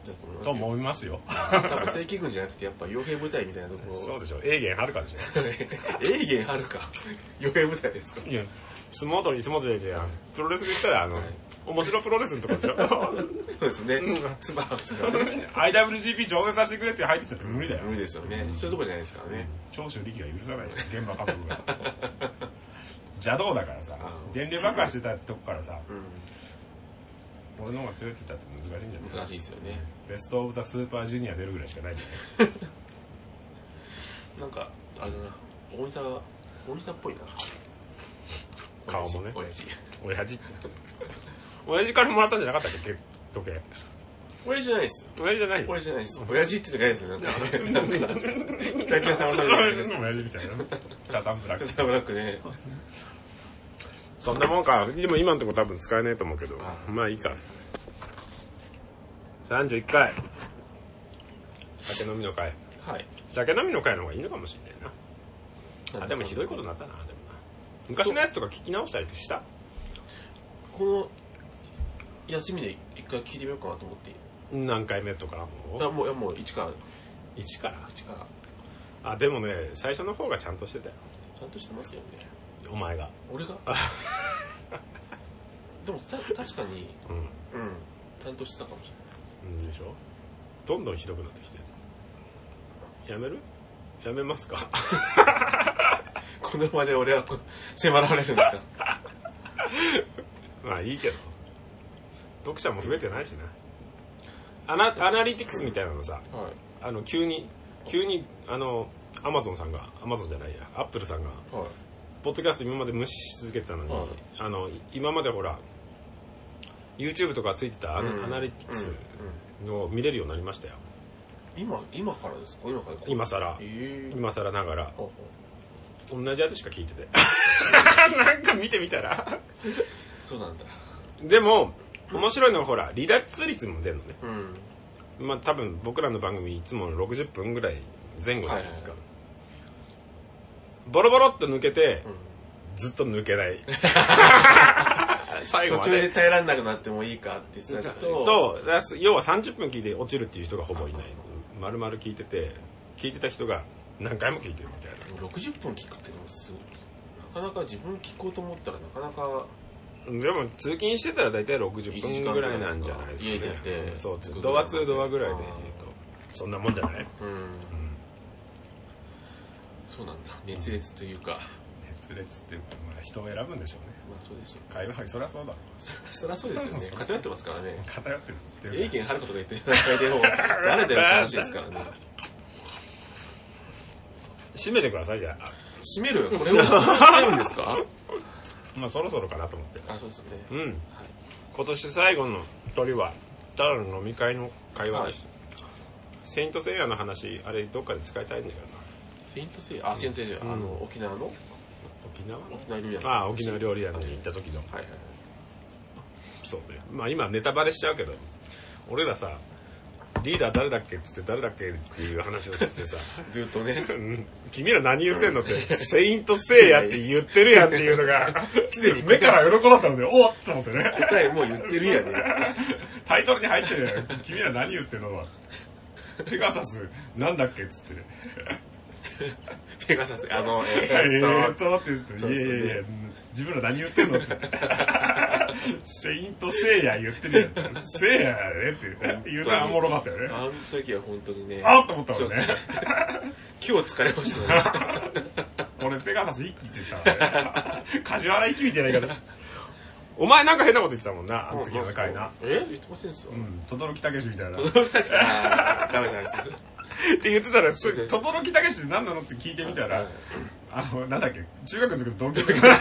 Speaker 2: だと思います
Speaker 1: と
Speaker 2: よ
Speaker 1: 思いますよ
Speaker 2: 多分正規軍じゃなくてやっぱ傭兵部隊みたいなところ
Speaker 1: そうでしょ永元はるかでしょ
Speaker 2: 永元はるか傭兵部隊ですか
Speaker 1: いや相撲取り相撲取りでプロレスで言ったらあの、
Speaker 2: はい
Speaker 1: 面白プロレスのとこでしょ
Speaker 2: そうですね
Speaker 1: うん
Speaker 2: ツバを使うね
Speaker 1: IWGP 上演させてくれって入ってきたって無理だよ
Speaker 2: 無理ですよねそういうとこじゃないですからね
Speaker 1: 長州力が許さないよ現場監督が邪道だからさ
Speaker 2: うん
Speaker 1: 電流爆破してたとこからさ
Speaker 2: うん
Speaker 1: 俺の方が連れてったって難しいんじゃない
Speaker 2: 難しいですよね
Speaker 1: ベスト・オブ・ザ・スーパージュニア出るぐらいしかないんじゃない
Speaker 2: なんかあれだな大西さん大西さんっぽいな
Speaker 1: 顔もね
Speaker 2: 親父
Speaker 1: 親父って親父からもらったんじゃなかったっけ時計
Speaker 2: 親父じゃないです
Speaker 1: 親父じゃないよ
Speaker 2: 親父じゃないです親父って言ってないですねなんかなんか北島さんの
Speaker 1: 親
Speaker 2: 話です
Speaker 1: 父の親父みたいな北三ブラック
Speaker 2: 北島ブラックね
Speaker 1: そんなもんかでも今のとこ多分使えないと思うけど
Speaker 2: あ
Speaker 1: まあいいか31回酒飲みの会
Speaker 2: はい
Speaker 1: 酒飲みの会の方がいいのかもしれないなあでもひどいことになったなでもな昔のやつとか聞き直したりってした
Speaker 2: この休みで一回聞いてみようかなと思って
Speaker 1: 何回目とか
Speaker 2: いやもういやもう一から
Speaker 1: 1から
Speaker 2: 一から
Speaker 1: あでもね最初の方がちゃんとしてたよ
Speaker 2: ちゃんとしてますよね
Speaker 1: お前が
Speaker 2: 俺がでもた確かに
Speaker 1: うん
Speaker 2: うんちゃんとしてたかもし
Speaker 1: うんでしょどんどんひどくなってきてるやめるやめますか
Speaker 2: れないこの場で俺はこ迫られる んですか
Speaker 1: まあいいけど読者も増えてないしなアナアナリティクスみたいなのさ
Speaker 2: はい
Speaker 1: あの急に急にあのアマゾンさんがアマゾンじゃないやアップルさんが
Speaker 2: はい
Speaker 1: ポッドキャスト今まで無視し続けてたのに、
Speaker 2: はい
Speaker 1: あの今までほら YouTube とかついてたア,、
Speaker 2: うん
Speaker 1: アナリティクス
Speaker 2: うんうん
Speaker 1: の見れるようになりましたよ
Speaker 2: 今今からですか今から
Speaker 1: 今更
Speaker 2: ええ
Speaker 1: 今更ながら
Speaker 2: ほうほ
Speaker 1: 同じやつしか聞いてて なんか見てみたら
Speaker 2: うそうなんだ
Speaker 1: でも面白いのはほら離脱率も出るのね
Speaker 2: うん
Speaker 1: まあ多分僕らの番組いつも60分ぐらい前後じゃないですか、
Speaker 2: はい
Speaker 1: ボロボロっと抜けて、
Speaker 2: うん
Speaker 1: ずっと抜けない 最後
Speaker 2: 途
Speaker 1: ま
Speaker 2: 中
Speaker 1: で
Speaker 2: で耐えられなくなってもいいかって人たちと
Speaker 1: とだから要は30分聞いて落ちるっていう人がほぼいない丸々聞いてて聞いてた人が何回も聞いてるみたいな
Speaker 2: 60分聞くってでもすごいなかなか自分聞こうと思ったらなかなか
Speaker 1: でも通勤してたら大体60分ぐらいなんじゃないですか、ね、
Speaker 2: 一時間ぐらいですか家出て
Speaker 1: そう
Speaker 2: 着くぐらい
Speaker 1: ドア2ドアぐらいで、
Speaker 2: あー
Speaker 1: えっとそんなもんじゃない
Speaker 2: うん
Speaker 1: うん
Speaker 2: そうなんだ熱烈というか
Speaker 1: 熱烈っていうか、まあ、人を選ぶんでしょうね
Speaker 2: まあそうですよ
Speaker 1: 会話はそりゃそうだろ
Speaker 2: そりゃそうですよね偏ってますからね
Speaker 1: 偏ってるって
Speaker 2: 英
Speaker 1: いうか
Speaker 2: 検はるかとか言ってる段階でもう 誰だよって話ですからね
Speaker 1: 閉めてくださいじゃあ
Speaker 2: 閉める これを閉めるんですか
Speaker 1: まあそろそろかなと思って
Speaker 2: あそうですよね
Speaker 1: うん
Speaker 2: はい
Speaker 1: 今年最後の鳥はただの飲み会の会話でした、セイントセイヤの話あれどっかで使いたいんだよな
Speaker 2: セイントセイヤあセイントセイヤあの沖縄の
Speaker 1: 沖縄の
Speaker 2: 沖縄料理屋の
Speaker 1: ああ沖縄料理屋に行った時の
Speaker 2: はいはいはい
Speaker 1: そうね。まあ今ネタバレしちゃうけど、俺らさ、リーダー誰だっけっつって誰だっけっていう話をしてて さ、
Speaker 2: ずっとね
Speaker 1: うん君ら何言ってんのって、セイントセイヤって言ってるやんっていうのが、 すでに目から鱗だったので、おっと思ってね。
Speaker 2: 答えもう言ってるやね
Speaker 1: タイトルに入ってるやん。君ら何言ってんのペガサス、なんだっけっつってね。
Speaker 2: ペガサスあのえ
Speaker 1: え
Speaker 2: ー
Speaker 1: ー
Speaker 2: っ
Speaker 1: っ
Speaker 2: と
Speaker 1: とって言って
Speaker 2: そう
Speaker 1: て、い
Speaker 2: っ
Speaker 1: や
Speaker 2: す
Speaker 1: い
Speaker 2: ね
Speaker 1: やいや、うん自分ら何言ってんの って。セイントセイヤ言ってるやん。セイヤやねって言うたらおもろかったよね。
Speaker 2: あの時は本当にね
Speaker 1: あっと思ったもん
Speaker 2: そう
Speaker 1: ね
Speaker 2: で。すね今日疲れましたね
Speaker 1: 俺、ペガサス一気って言ってたからね。梶原一気みたいな言い 方お前なんか変なこと言ってたもんな、あの時の回な。
Speaker 2: え言ってませんっすよ
Speaker 1: うん、轟たけしみたいな。っ
Speaker 2: 驚きたくてあーダメダメです
Speaker 1: て言ってたら、そ
Speaker 2: そう
Speaker 1: れ轟たけしって何なのって聞いてみた
Speaker 2: は
Speaker 1: ら
Speaker 2: い、
Speaker 1: あの、なんだっけ、中学の時の同級生 から、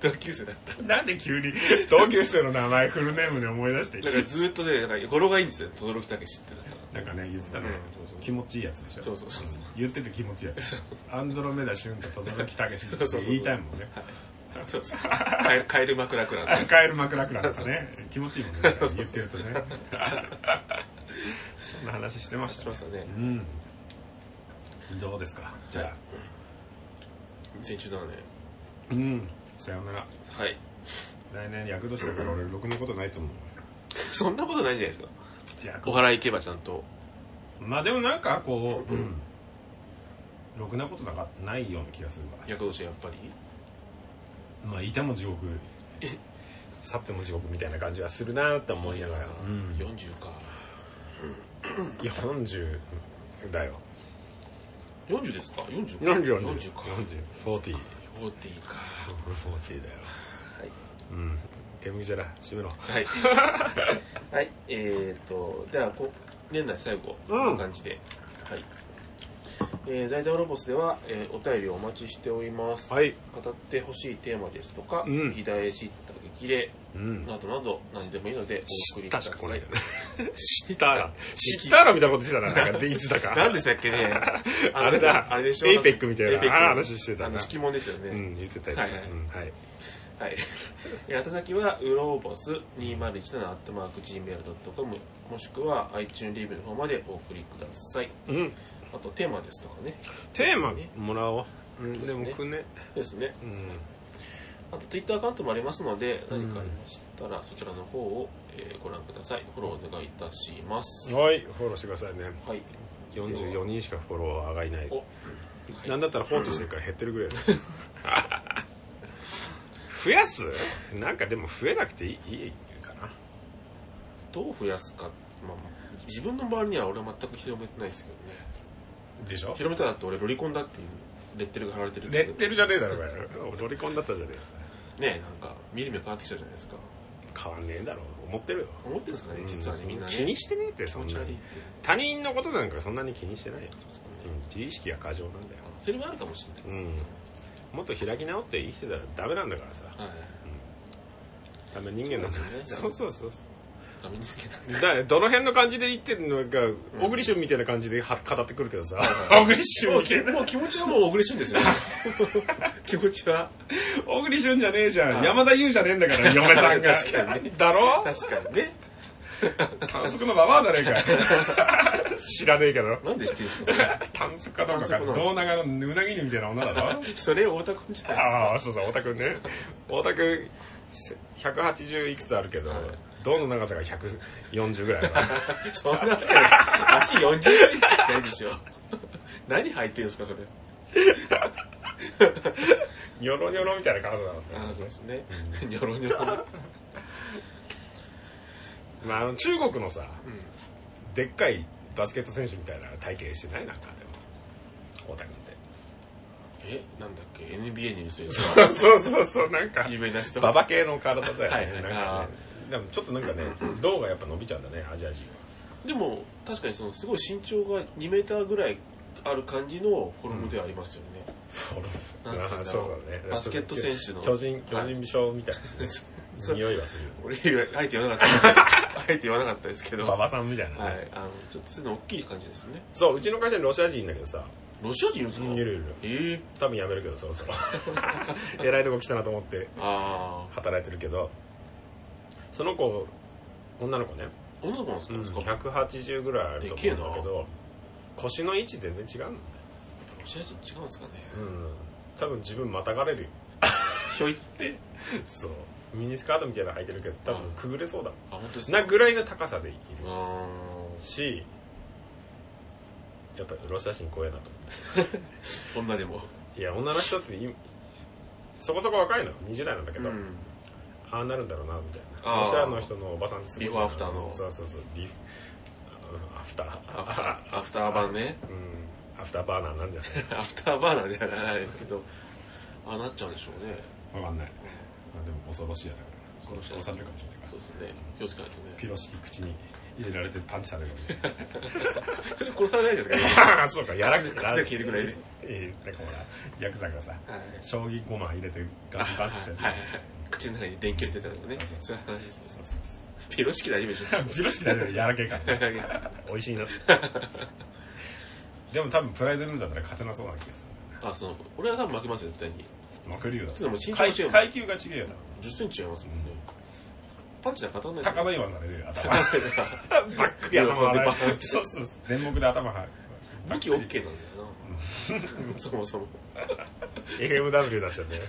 Speaker 2: 同級生だった
Speaker 1: なんで急に同級生の名前フルネームで思い出して
Speaker 2: なんかずっとね、なんか語呂がいいんですよ、轟たけしってなった
Speaker 1: なんかね、言ってたね
Speaker 2: うんそうそう。
Speaker 1: 気持ちいいやつでしょ。
Speaker 2: そうそうそう
Speaker 1: 言ってて気持ちいいやつ。アンドロメダ俊と轟たけしって言いたいもんね。
Speaker 2: そうそうカ エルカエル枕クラン
Speaker 1: カエル枕クラですね。気持ちいいもんね。言ってる とね。そんな話してまし
Speaker 2: したましたね
Speaker 1: うん。どうですかじゃあ。
Speaker 2: 2017年
Speaker 1: うん。さようなら。
Speaker 2: はい
Speaker 1: 来年役年だから俺、ろくなことないと思う。
Speaker 2: そんなことないんじゃないですか
Speaker 1: 役
Speaker 2: お払い行けばちゃんと
Speaker 1: まあでもなんかこう、うんろくなことなんかないような気がするわ。
Speaker 2: 役年やっぱり
Speaker 1: まあ、いても地獄、去っても地獄みたいな感じはするなと思いながら。うん
Speaker 2: 40か
Speaker 1: 40だよ。
Speaker 2: 40ですか40か
Speaker 1: 40、
Speaker 2: 40か
Speaker 1: 40、40。
Speaker 2: 40か
Speaker 1: 40だよ。
Speaker 2: はい
Speaker 1: うん。煙じゃない。閉めろ。
Speaker 2: はい。 はい。えっ、と、じゃあ、こ年内最後、こんな感じで。はい。えー、在宅ロボスでは、えーお便りをお待ちしております。
Speaker 1: はい。
Speaker 2: 語ってほしいテーマですとか、
Speaker 1: うん
Speaker 2: 議題知った激励
Speaker 1: うん。
Speaker 2: などなど、何でもいいので、お送りくだ
Speaker 1: 確
Speaker 2: さ
Speaker 1: か
Speaker 2: い。
Speaker 1: こないよね。知ったら。知ったらみたいなこと言ってたな。なんか、で、いつだか。
Speaker 2: 何でしたっけね
Speaker 1: あれだ
Speaker 2: あれでしょ
Speaker 1: エイペックみたいな
Speaker 2: エイペック
Speaker 1: あ話してたな
Speaker 2: あの、色問ですよね。
Speaker 1: うん、言ってたやつ。
Speaker 2: はいはい
Speaker 1: うん、はい。
Speaker 2: はい。 え宛先は、うろうぼす2017アットマーク Gmail.com もしくは iTunes レビューの方までお送りください。
Speaker 1: うん。
Speaker 2: あとテーマですとかね。
Speaker 1: テーマもらおう。うん、で
Speaker 2: そう
Speaker 1: も
Speaker 2: です
Speaker 1: く
Speaker 2: ね
Speaker 1: んね。
Speaker 2: ですね。
Speaker 1: うん。
Speaker 2: あと Twitter アカウントもありますので、
Speaker 1: うん
Speaker 2: 何かありましたらそちらの方を、えーご覧ください。フォローお願いいたします。は
Speaker 1: はい、フォローしてくださいね。
Speaker 2: い。
Speaker 1: 44人しかフォロワー上がいない
Speaker 2: お。い
Speaker 1: なんだったらフォートしてるから減ってるぐらいだ 増やすなんかでも増えなくていいいいかな。
Speaker 2: どう増やすか、まあまあ、自分の周りには俺は全く広めてないですけどね。
Speaker 1: でしょ
Speaker 2: 広めたらだって俺ロリコンだっていうレッテルが貼られてるんだ
Speaker 1: レ
Speaker 2: け
Speaker 1: ッ
Speaker 2: ど
Speaker 1: テルじゃねえだろ、これ。ロリコンだったじゃね
Speaker 2: ねなんか見る目変わってきたじゃないですか。
Speaker 1: え。変わんねえだろ、思ってるよ。
Speaker 2: 思ってるんですかね、実はね、みんなね。
Speaker 1: 気にしてねえって、
Speaker 2: 気
Speaker 1: そん
Speaker 2: 持ち
Speaker 1: な
Speaker 2: 悪いっ
Speaker 1: に
Speaker 2: て。。
Speaker 1: 他人のことなんかそんなに気にしてないよ。
Speaker 2: そうですかね
Speaker 1: うん、自意識が過剰なんだよ。
Speaker 2: それもあるかもしれないです。
Speaker 1: うん。もっと開き直って生きてたらダメなんだからさ。
Speaker 2: はい。
Speaker 1: ダメ人間なんだから。
Speaker 2: そ
Speaker 1: そうう
Speaker 2: そ
Speaker 1: そうそうそう。
Speaker 2: ダメ人間だね。
Speaker 1: だどの辺の感じで言ってるのか、オグリシュンみたいな感じでは語ってくるけどさ、オグリシュンみたい
Speaker 2: も
Speaker 1: な
Speaker 2: う。気持ちはもう小栗旬ですよね。 気持ちは。
Speaker 1: オグリシュンじゃねえじゃ
Speaker 2: ああ
Speaker 1: ん。山田優じゃねえんだから、嫁さんが。
Speaker 2: 確かにね
Speaker 1: だろ
Speaker 2: 確かにね。
Speaker 1: 短足のババアじゃねえか。 知らねえけど。
Speaker 2: なんで知ってるんですか
Speaker 1: 短足かどうか
Speaker 2: 短足なん
Speaker 1: か。
Speaker 2: です
Speaker 1: 胴長のうなぎにみたいな女だろ
Speaker 2: それ。それ太田君じゃないです
Speaker 1: あ
Speaker 2: か。
Speaker 1: あ、そうそう、オタクね。オタク、180いくつあるけど
Speaker 2: はい、
Speaker 1: 胴の長さが140ぐらいだな
Speaker 2: そんなわけない足40センチってないでしょ。何履いてるんですか、それ。
Speaker 1: ニョロニョロみたいな体だもんね
Speaker 2: ああ、そうですね。ニョロニョロ。は
Speaker 1: まあ、あの中国のさ、でっかいバスケット選手みたいな体型してないなんかでも大谷 っ
Speaker 2: え、なんだっけ、NBA にいる人です
Speaker 1: てそうそうそうなんか
Speaker 2: 有名な人。
Speaker 1: ババ系の体だよね
Speaker 2: はいはい
Speaker 1: なん
Speaker 2: あ
Speaker 1: かねでもちょっとなんかね胴がやっぱ伸びちゃうんだねアジア人
Speaker 2: でも、確かにその、すごい身長が2メーターぐらいある感じのフォルムではありますよね。
Speaker 1: は
Speaker 2: なんていうんだろ う
Speaker 1: そうだね
Speaker 2: バスケット選手の
Speaker 1: 巨人巨人症みたい
Speaker 2: そ
Speaker 1: な匂いはする
Speaker 2: 俺、あえて言わなか った。あえて言わなかったですけど。
Speaker 1: 馬
Speaker 2: は
Speaker 1: 場さんみたいなね、
Speaker 2: い。あの、ちょっとそういうの大きい感じですね。
Speaker 1: そううちの会社にロシア人いんだけどさ
Speaker 2: ロシア人いるんです
Speaker 1: い
Speaker 2: か
Speaker 1: るいるいる
Speaker 2: ええ
Speaker 1: 多分やめるけどそろ そろ 偉いとこ来たなと思って
Speaker 2: あ
Speaker 1: 働いてるけどその子女の子ね、
Speaker 2: あ。女の子なんですか,、ですか
Speaker 1: 180ぐらいあると思うんだ
Speaker 2: で
Speaker 1: け
Speaker 2: け
Speaker 1: ど腰の位置全然違うんだ
Speaker 2: ロシア人違うんですかね、
Speaker 1: よ、うん、多分自分またがれるよ
Speaker 2: ひょいって。
Speaker 1: そうミニスカートみたいなの履いてるけど多
Speaker 2: うん
Speaker 1: 分くぐれそうだも
Speaker 2: あ、本当です
Speaker 1: ん
Speaker 2: か
Speaker 1: なぐらいの高さでいる
Speaker 2: うーん
Speaker 1: しやっぱりロシア人怖いなと思っ
Speaker 2: 女でも。
Speaker 1: ていや女の人っていそこそこ若いの20代なんだけ
Speaker 2: う
Speaker 1: ど、
Speaker 2: ん。
Speaker 1: ああなるんだろうなみたい
Speaker 2: あ
Speaker 1: な
Speaker 2: ー
Speaker 1: ロシアの人のおばさんってすごい
Speaker 2: ビフォーアフターの
Speaker 1: そうそうそうビフあのアフター
Speaker 2: アフター、アフターバーね。
Speaker 1: うんアフターバーナーなんじゃない
Speaker 2: アフターバーナーではないですけど、ああなっちゃうんでしょうね。
Speaker 1: わかんない。まあでも恐ろしいやだから。
Speaker 2: 殺しちゃう
Speaker 1: 殺されるかもしれないから
Speaker 2: そうですね。気をつけないとね。
Speaker 1: ピロシキ口に入れられてパンチされるかもしれない
Speaker 2: それ殺されないじゃないですか。
Speaker 1: あー そうか、やら
Speaker 2: 口で口で消えるぐらいで。
Speaker 1: ええなんかほら、ヤクザがさ、
Speaker 2: はい。
Speaker 1: 将棋5枚入れてガンガンしてさ
Speaker 2: はいはいはい。口の中に電球入れてたのね。そういう話です。
Speaker 1: そうそうそ
Speaker 2: ピロシキ大丈夫でしょ
Speaker 1: う。ピロシキだけやらけえから。美味しいな って。でも多分プライズルームだったら勝てなそうな気がするんだよ
Speaker 2: あ、その、俺は多分負けますよ、絶対に。
Speaker 1: ね。負けるよだ
Speaker 2: ちょっとでも身長
Speaker 1: 階
Speaker 2: 違うもん
Speaker 1: 階級が違えよな
Speaker 2: 10センチ違いますもんね。パンチでは勝たない
Speaker 1: 高
Speaker 2: い。
Speaker 1: 田岩になれるよ 頭ばっくり頭
Speaker 2: で
Speaker 1: 洗
Speaker 2: バ
Speaker 1: う
Speaker 2: ーンっ て
Speaker 1: そうそう電木で頭張る
Speaker 2: 武器 OK なんだよな。そもそも。
Speaker 1: FMW 出しちゃってね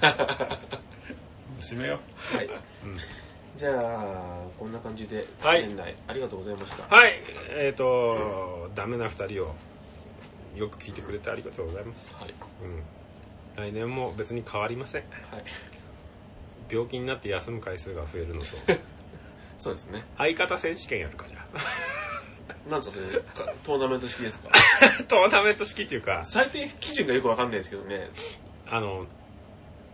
Speaker 1: 締めよ
Speaker 2: はい。じゃあ、こんな感じで、
Speaker 1: はい
Speaker 2: 年内ありがとうございました。
Speaker 1: うはいえっ、と、ダメな2人をよく聞いてくれてありがとうございます、
Speaker 2: はい。
Speaker 1: うん、来年も別に変わりません
Speaker 2: はい。
Speaker 1: 病気になって休む回数が増えるのと
Speaker 2: そうですね。
Speaker 1: 相方選手権やるかじゃあ
Speaker 2: なんですか、それか、トーナメント式ですか。
Speaker 1: トーナメント式っていうか
Speaker 2: 最低基準がよくわかんないですけどね。
Speaker 1: あの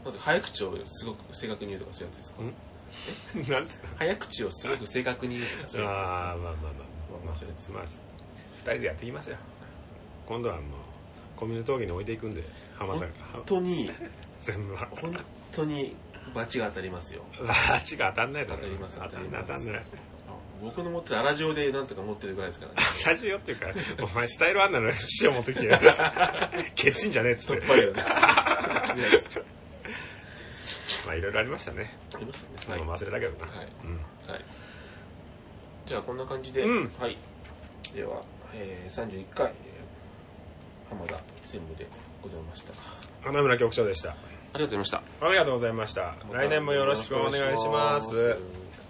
Speaker 2: まず早口をすごく正確に言うとかそういうやつです
Speaker 1: ん
Speaker 2: か
Speaker 1: なんつった
Speaker 2: 早口をすごく正確に言うとかそういうやつです
Speaker 1: ああ
Speaker 2: か
Speaker 1: まあまあまあ
Speaker 2: まあそうです
Speaker 1: まあ2人でやっていきますよ今度はもうコミュニ峠に置いていくんで浜田が
Speaker 2: 本当に、
Speaker 1: 全部は
Speaker 2: 本当に罰が当たりますよ。
Speaker 1: バチが当たんないだろ
Speaker 2: 当たります
Speaker 1: 当たんない当
Speaker 2: 当た
Speaker 1: た
Speaker 2: ります
Speaker 1: んない
Speaker 2: 僕の持ってる荒塩でなんとか持ってるぐらいですからね。
Speaker 1: ラジオっていうかお前スタイルあんなの師匠持ってきてよ ケチんじゃねえっつって
Speaker 2: 突破力です。強いです。
Speaker 1: まあいろいろありましたね、
Speaker 2: ありました
Speaker 1: ま
Speaker 2: ね。
Speaker 1: あ
Speaker 2: はい。
Speaker 1: 忘れたけどな、
Speaker 2: はい
Speaker 1: うん
Speaker 2: はい。じゃあこんな感じで、
Speaker 1: うん
Speaker 2: はい。では、えー、31回、えー浜田専務でございました。あ
Speaker 1: 花村局長でした
Speaker 2: りがとうございました。
Speaker 1: ありがとうございました来年もよろしくお願いします
Speaker 2: また